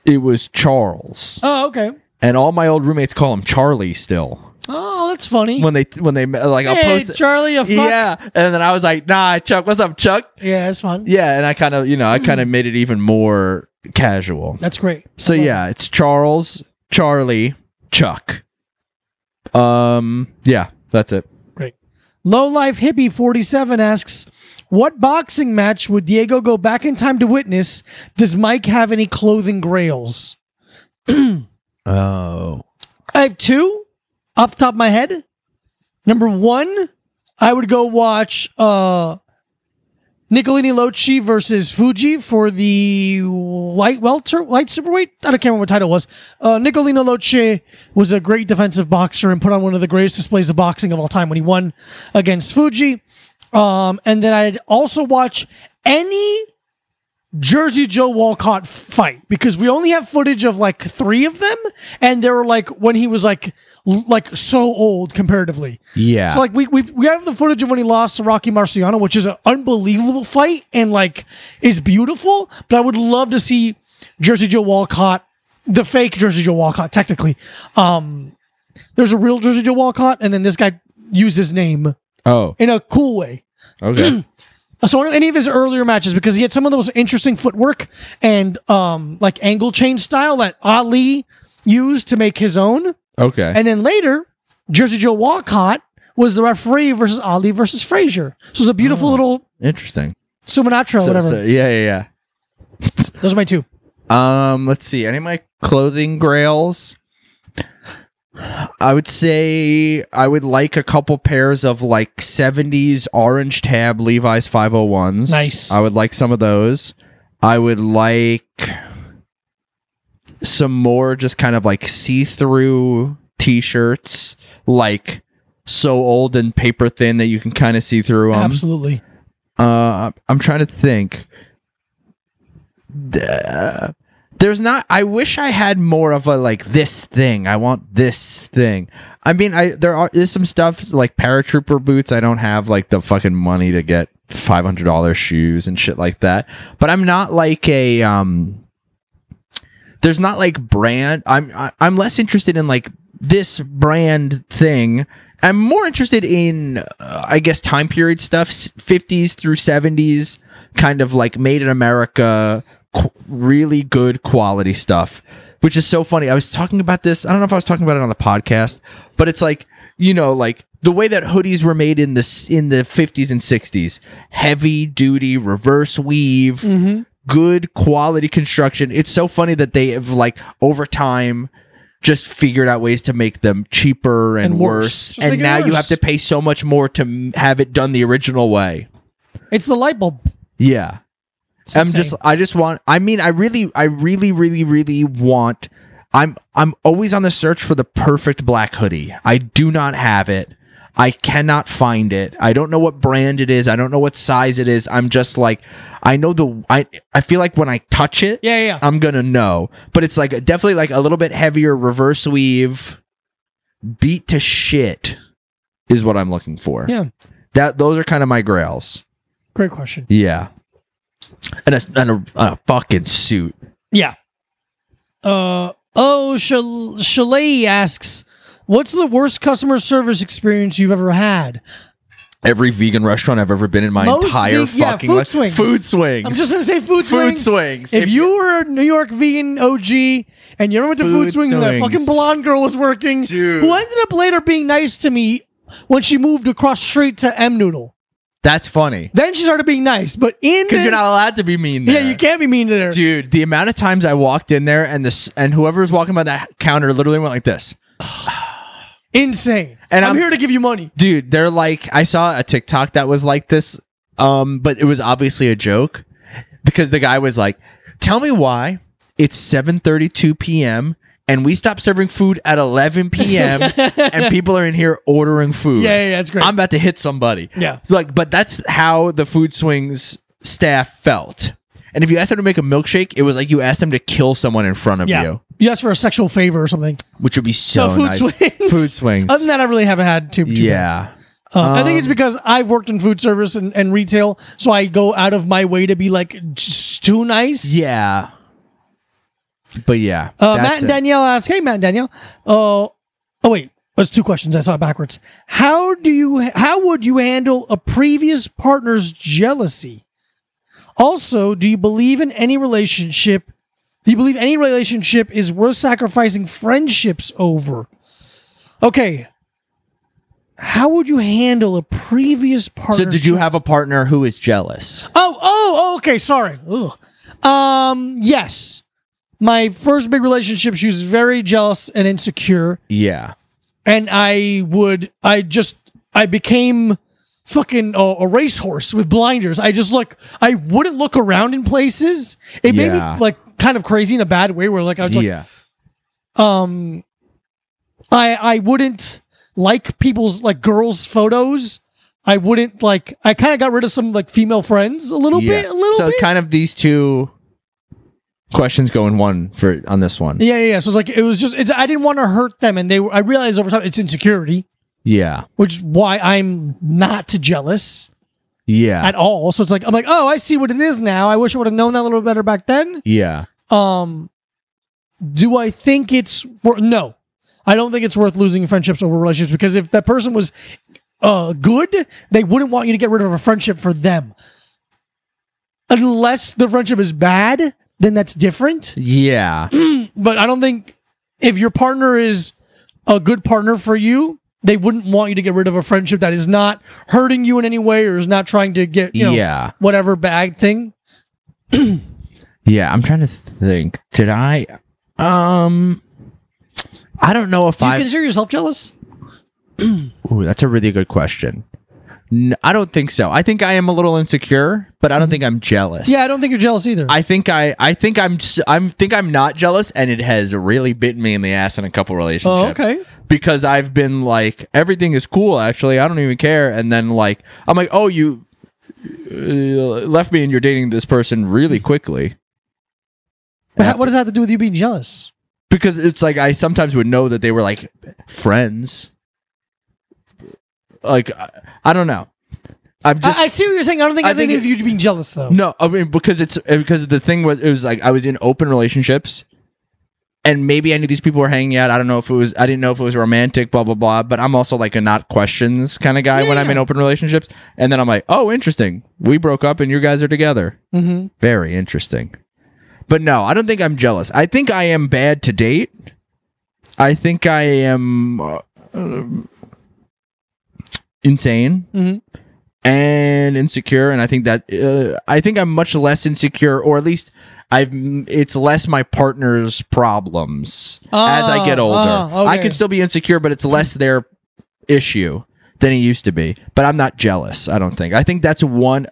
B: it was Charles,
A: oh, okay.
B: and all my old roommates call him Charlie still.
A: Oh, that's funny.
B: When they when they like I'll
A: hey,
B: post
A: Charlie, a fuck. Yeah.
B: yeah. And then I was like, nah, Chuck, what's up, Chuck?
A: that's fun.
B: Yeah. And I kind of, you know, I kind
A: Hmm.
B: of made it even more casual.
A: That's great.
B: So yeah, it's Charles, Charlie, Chuck. Um, yeah, that's it.
A: Great. Low Life Hippie 47 asks, what boxing match would Diego go back in time to witness? Does Mike have any clothing grails?
B: Oh.
A: I have two off the top of my head. Number one, I would go watch uh Nicolini Lochi versus Fuji for the light welter, light superweight. I don't remember what title it was. Uh, Nicolino Lochi was a great defensive boxer and put on one of the greatest displays of boxing of all time when he won against Fuji. Um, and then I'd also watch any Jersey Joe Walcott fight because we only have footage of like three of them, and they were like when he was like l- like so old comparatively.
B: Yeah.
A: So like we we we have the footage of when he lost to Rocky Marciano, which is an unbelievable fight and like is beautiful. But I would love to see Jersey Joe Walcott, the fake Jersey Joe Walcott, technically. Um, there's a real Jersey Joe Walcott, and then this guy used his name
B: oh,
A: in a cool way.
B: okay.
A: Uh, So any of his earlier matches because he had some of the most interesting footwork and um like angle change style that Ali used to make his own.
B: okay.
A: And then later, Jersey Joe Walcott was the referee versus Ali versus Frazier. So it's a beautiful little
B: Interesting.
A: Sumanatra,
B: Oh. So-
A: whatever.
B: so- yeah, yeah,
A: Those are my two.
B: yeah. Um, let's see. Any of my clothing grails? I would say I would like a couple pairs of like 70s orange tab Levi's 501s.
A: Nice.
B: I would like some of those. I would like some more just kind of like see-through t-shirts like so old and paper thin that you can kind of see through them.
A: Absolutely.
B: Uh, I'm trying to think. Duh. There's not. I wish I had more of a like this thing. I want this thing. I mean, I there are is some stuff like paratrooper boots. I don't have like the fucking money to get five hundred dollar shoes and shit like that. But I'm not like a um. There's not like brand. I'm I- I'm less interested in like this brand thing. I'm more interested in uh, I guess time period stuff, s- 50s through 70s, kind of like made in America, qu- really good quality stuff. Which is so funny. I was talking about this. I don't know if I was talking about it on the podcast, but it's like you know, like the way that hoodies were made in the s- in the 50s and 60s heavy duty reverse weave good quality construction it's so funny that they have like over time just figured out ways to make them cheaper and,
A: And worse.
B: worse,
A: Just make
B: and
A: it
B: now you
A: worse.
B: have to pay so much more to m- have it done the original way
A: It's the light bulb.
B: yeah
A: It's
B: I'm
A: insane.
B: just I just want I mean I really I really really really want I'm I'm always on the search for the perfect black hoodie. I do not have it. I cannot find it. I don't know what brand it is. I don't know what size it is. I'm just like I know the I I feel like when I touch it
A: Yeah, yeah, yeah.
B: I'm going to know. But it's like definitely like a little bit heavier reverse weave beat to shit is what I'm looking for.
A: Yeah.
B: That those are kind of my grails.
A: Great question.
B: Yeah. And a, and a, a fucking suit.
A: Yeah. Uh oh, Shal- Shalay asks, "What's the worst customer service experience you've ever had?"
B: Every vegan restaurant I've ever been in my
A: Most
B: entire
A: ve- yeah,
B: fucking
A: food
B: life.
A: swings.
B: Food swings.
A: I'm just gonna say food
B: Food
A: swings.
B: swings.
A: If,
B: If-
A: you were a New York vegan OG and you ever went to food,
B: Food
A: swings, and that
B: swings.
A: fucking blonde girl was working,
B: Dude.
A: who ended up later being nice to me when she moved across street to M Noodle.
B: That's funny.
A: Then she started being nice, but in
B: Because
A: the-
B: you're not allowed to be mean
A: yeah,
B: there.
A: you can't be mean to her.
B: Dude, the amount of times I walked in there and this and whoever was walking by that counter literally went like this.
A: Insane.
B: And
A: I'm,
B: I'm-
A: here to give you money.
B: dude they're like i saw a tiktok that was like this um but it was obviously a joke because the guy was like tell me why it's 7:32 p.m. and we stopped serving food at 11 p.m. and people are in here ordering food
A: Yeah, yeah, yeah, that's great.
B: i'm about to hit somebody
A: Yeah.
B: It's like but that's how the food swings staff felt and if you asked them to make a milkshake it was like you asked them to kill someone in front of
A: yeah.
B: you
A: You asked for a sexual favor or something.
B: which would be so,
A: food
B: nice
A: swings.
B: food swings
A: Other than that, I really haven't had too. too bad.
B: yeah um,
A: Uh, I think it's because I've worked in food service and, and retail, so I go out of my way to be like just too nice.
B: Yeah. But yeah.
A: Uh,
B: that's
A: Matt and
B: it.
A: Danielle ask, "Hey, Matt and Danielle, uh, oh wait, that's two questions. I saw it backwards. How do you? How would you handle a previous partner's jealousy? Also, do you believe in any relationship? Do you believe any relationship is worth sacrificing friendships over? Okay." How would you handle a previous partner?
B: So did you have a partner who is jealous?
A: Oh, oh, oh, okay. Sorry. Ugh. Um, yes. My first big relationship, she was very jealous and insecure.
B: Yeah.
A: And I would, I just, I became fucking a, a racehorse with blinders. I just like, I wouldn't look around in places. It made
B: Yeah.
A: me like kind of crazy in a bad way where like I was like,
B: yeah.
A: um i i wouldn't like people's like girls photos i wouldn't like i kind of got rid of some like female friends a little
B: yeah.
A: bit a little
B: so
A: bit
B: kind of these two questions go in one for on this one.
A: yeah, yeah yeah so it's like it was just it's, i didn't want to hurt them and they were i realized over time it's insecurity
B: Yeah.
A: which is why i'm not jealous
B: Yeah.
A: at all so it's like i'm like oh i see what it is now i wish i would have known that a little better back then
B: yeah.
A: um do i think it's wor- no i don't think it's worth losing friendships over relationships because if that person was uh good they wouldn't want you to get rid of a friendship for them unless the friendship is bad then that's different
B: Yeah.
A: but i don't think if your partner is a good partner for you they wouldn't want you to get rid of a friendship that is not hurting you in any way or is not trying to get you know
B: Yeah.
A: whatever bad thing
B: Yeah. I'm trying to think. Did I um I don't know if
A: do you
B: I
A: consider yourself jealous
B: Ooh, that's a really good question. N- I don't think so. I think I am a little insecure, but
A: Mm-hmm.
B: I don't think I'm jealous.
A: yeah i don't think you're jealous either
B: I think I I think I'm s- I'm think I'm not jealous, and it has really bitten me in the ass in a couple relationships.
A: Oh, okay.
B: because I've been like everything is cool. Actually, I don't even care, and then like I'm like, oh, you uh, left me, and you're dating this person really quickly.
A: But how, what does that have to do with you being jealous?
B: Because it's like I sometimes would know that they were like friends. Like I, I don't know. I've just
A: I, I see what you're saying. I don't think
B: I
A: I think
B: think
A: of you being jealous though.
B: No, I mean because it's eh, because the thing was it was like I was in open relationships, and maybe I knew these people were hanging out. I don't know if it was I didn't know if it was romantic, blah blah blah. But I'm also like a not questions kind of guy when I'm in open relationships, and then I'm like, oh, interesting. We broke up and you guys are together. Mm-hmm. Very interesting. But no, I don't think I'm jealous. I think I am bad to date. I think I am uh, um, insane
A: Mm-hmm.
B: and insecure and i think that uh, i think i'm much less insecure or at least i've it's less my partner's problems as i get
A: Oh,
B: older
A: oh,
B: i
A: okay.
B: could still be insecure but it's less their issue than it used to be but i'm not jealous i don't think i think that's one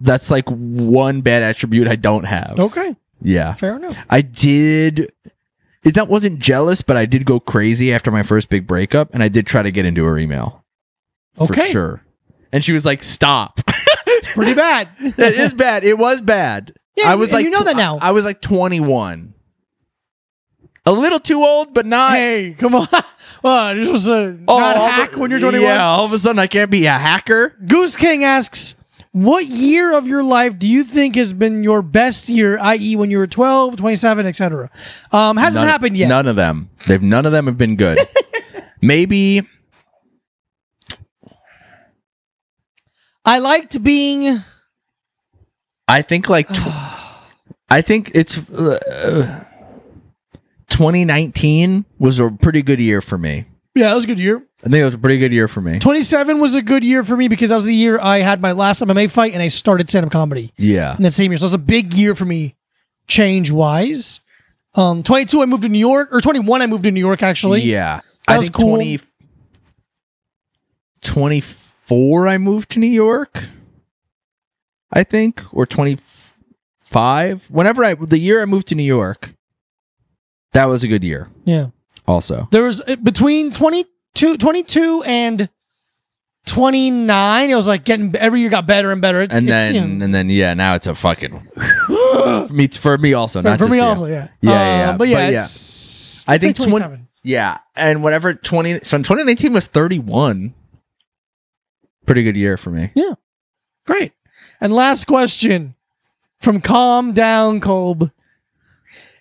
B: that's like one bad attribute i don't have
A: Okay,
B: yeah
A: fair enough.
B: I did. It, that wasn't jealous, but I did go crazy after my first big breakup, and I did try to get into her email.
A: Okay.
B: for sure. And she was like, "Stop."
A: Pretty bad.
B: that is bad. It was bad.
A: Yeah,
B: I was
A: and
B: like,
A: you know that now.
B: I, I was like 21, a little too old, but not.
A: hey, come on. Well, you're supposed to uh, not
B: Oh, all of a-
A: hack when you're 21.
B: Yeah, all of a sudden I can't be a hacker.
A: Goose King asks, what year of your life do you think has been your best year, i.e., when you were 12, 27, etc.? Um, hasn't
B: None-
A: happened yet.
B: None of them. They've none of them have been good. Maybe
A: I liked being.
B: I think like tw- I think it's uh, uh, 2019 was a pretty good year for me.
A: Yeah, that was a good year.
B: I think it was a pretty good year for me.
A: 27 was a good year for me because that was the year I had my last MMA fight and I started stand up comedy
B: Yeah.
A: in that same year. So it was a big year for me, change wise. Um, 22, I moved to New York, or 21, I moved to New York actually.
B: Yeah.
A: That
B: I
A: was
B: think
A: cool.
B: 20 24 I moved to New York. I think or 25 whenever I the year I moved to New York. That was a good year
A: Yeah.
B: also.
A: There was uh, between 22, 22 and 29, it was like getting every year got better and better. It's,
B: And
A: it's,
B: then
A: you know,
B: and then yeah, now it's a fucking me for me also, not
A: for
B: just
A: me
B: you.
A: also, yeah. Uh,
B: Yeah, yeah, yeah.
A: But yeah,
B: But yeah.
A: it's.
B: I
A: it's like
B: think 20
A: 27.
B: Yeah, and whatever twenty. So in twenty nineteen was thirty one. Pretty good year for me.
A: Great. And last question from Calm Down Kolb.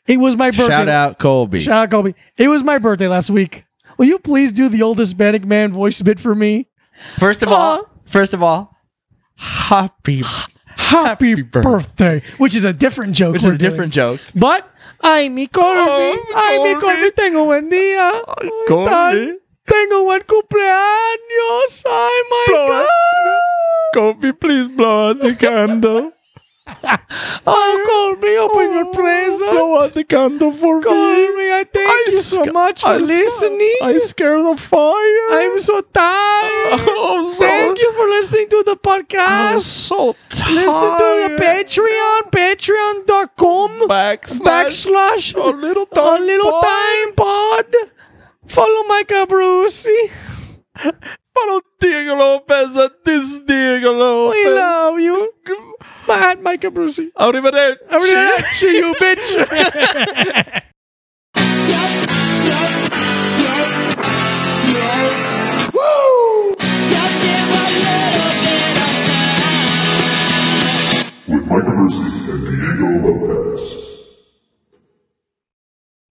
A: It was my birthday.
B: Shout out Colby.
A: Shout out, Colby. It was my birthday last week. Will you please do the old Hispanic man voice bit for me?
B: first of
A: Aw.
B: all, first of all, happy,
A: Happy,
B: birth-
A: birthday. Which is a different joke.
B: which is
A: we're
B: a different joke.
A: doing. But, ay, mi Colby. ay, mi Colby,
B: Colby.
A: tengo buen día. Ay,
B: Colby.
A: tal. Tengo buen cumpleaños. Ay, my God.
B: Colby, please blow out the candle.
A: Oh, Colby, open your present.
B: the candle for
A: Colby, I thank you so much for listening.
B: scared the fire.
A: I'm so tired. Thank you for listening to the podcast.
B: Oh. so tired.
A: Listen to the Patreon, patreon.com backslash
B: A little
A: a
B: time
A: little
B: pod.
A: time pod. Follow Micah Brucey.
B: Follow Diego Lopez at this Diego
A: We
B: Lopez.
A: love you. Bye, Micah Brucey.
B: Arrivederci.
A: Arrivederci, you bitch.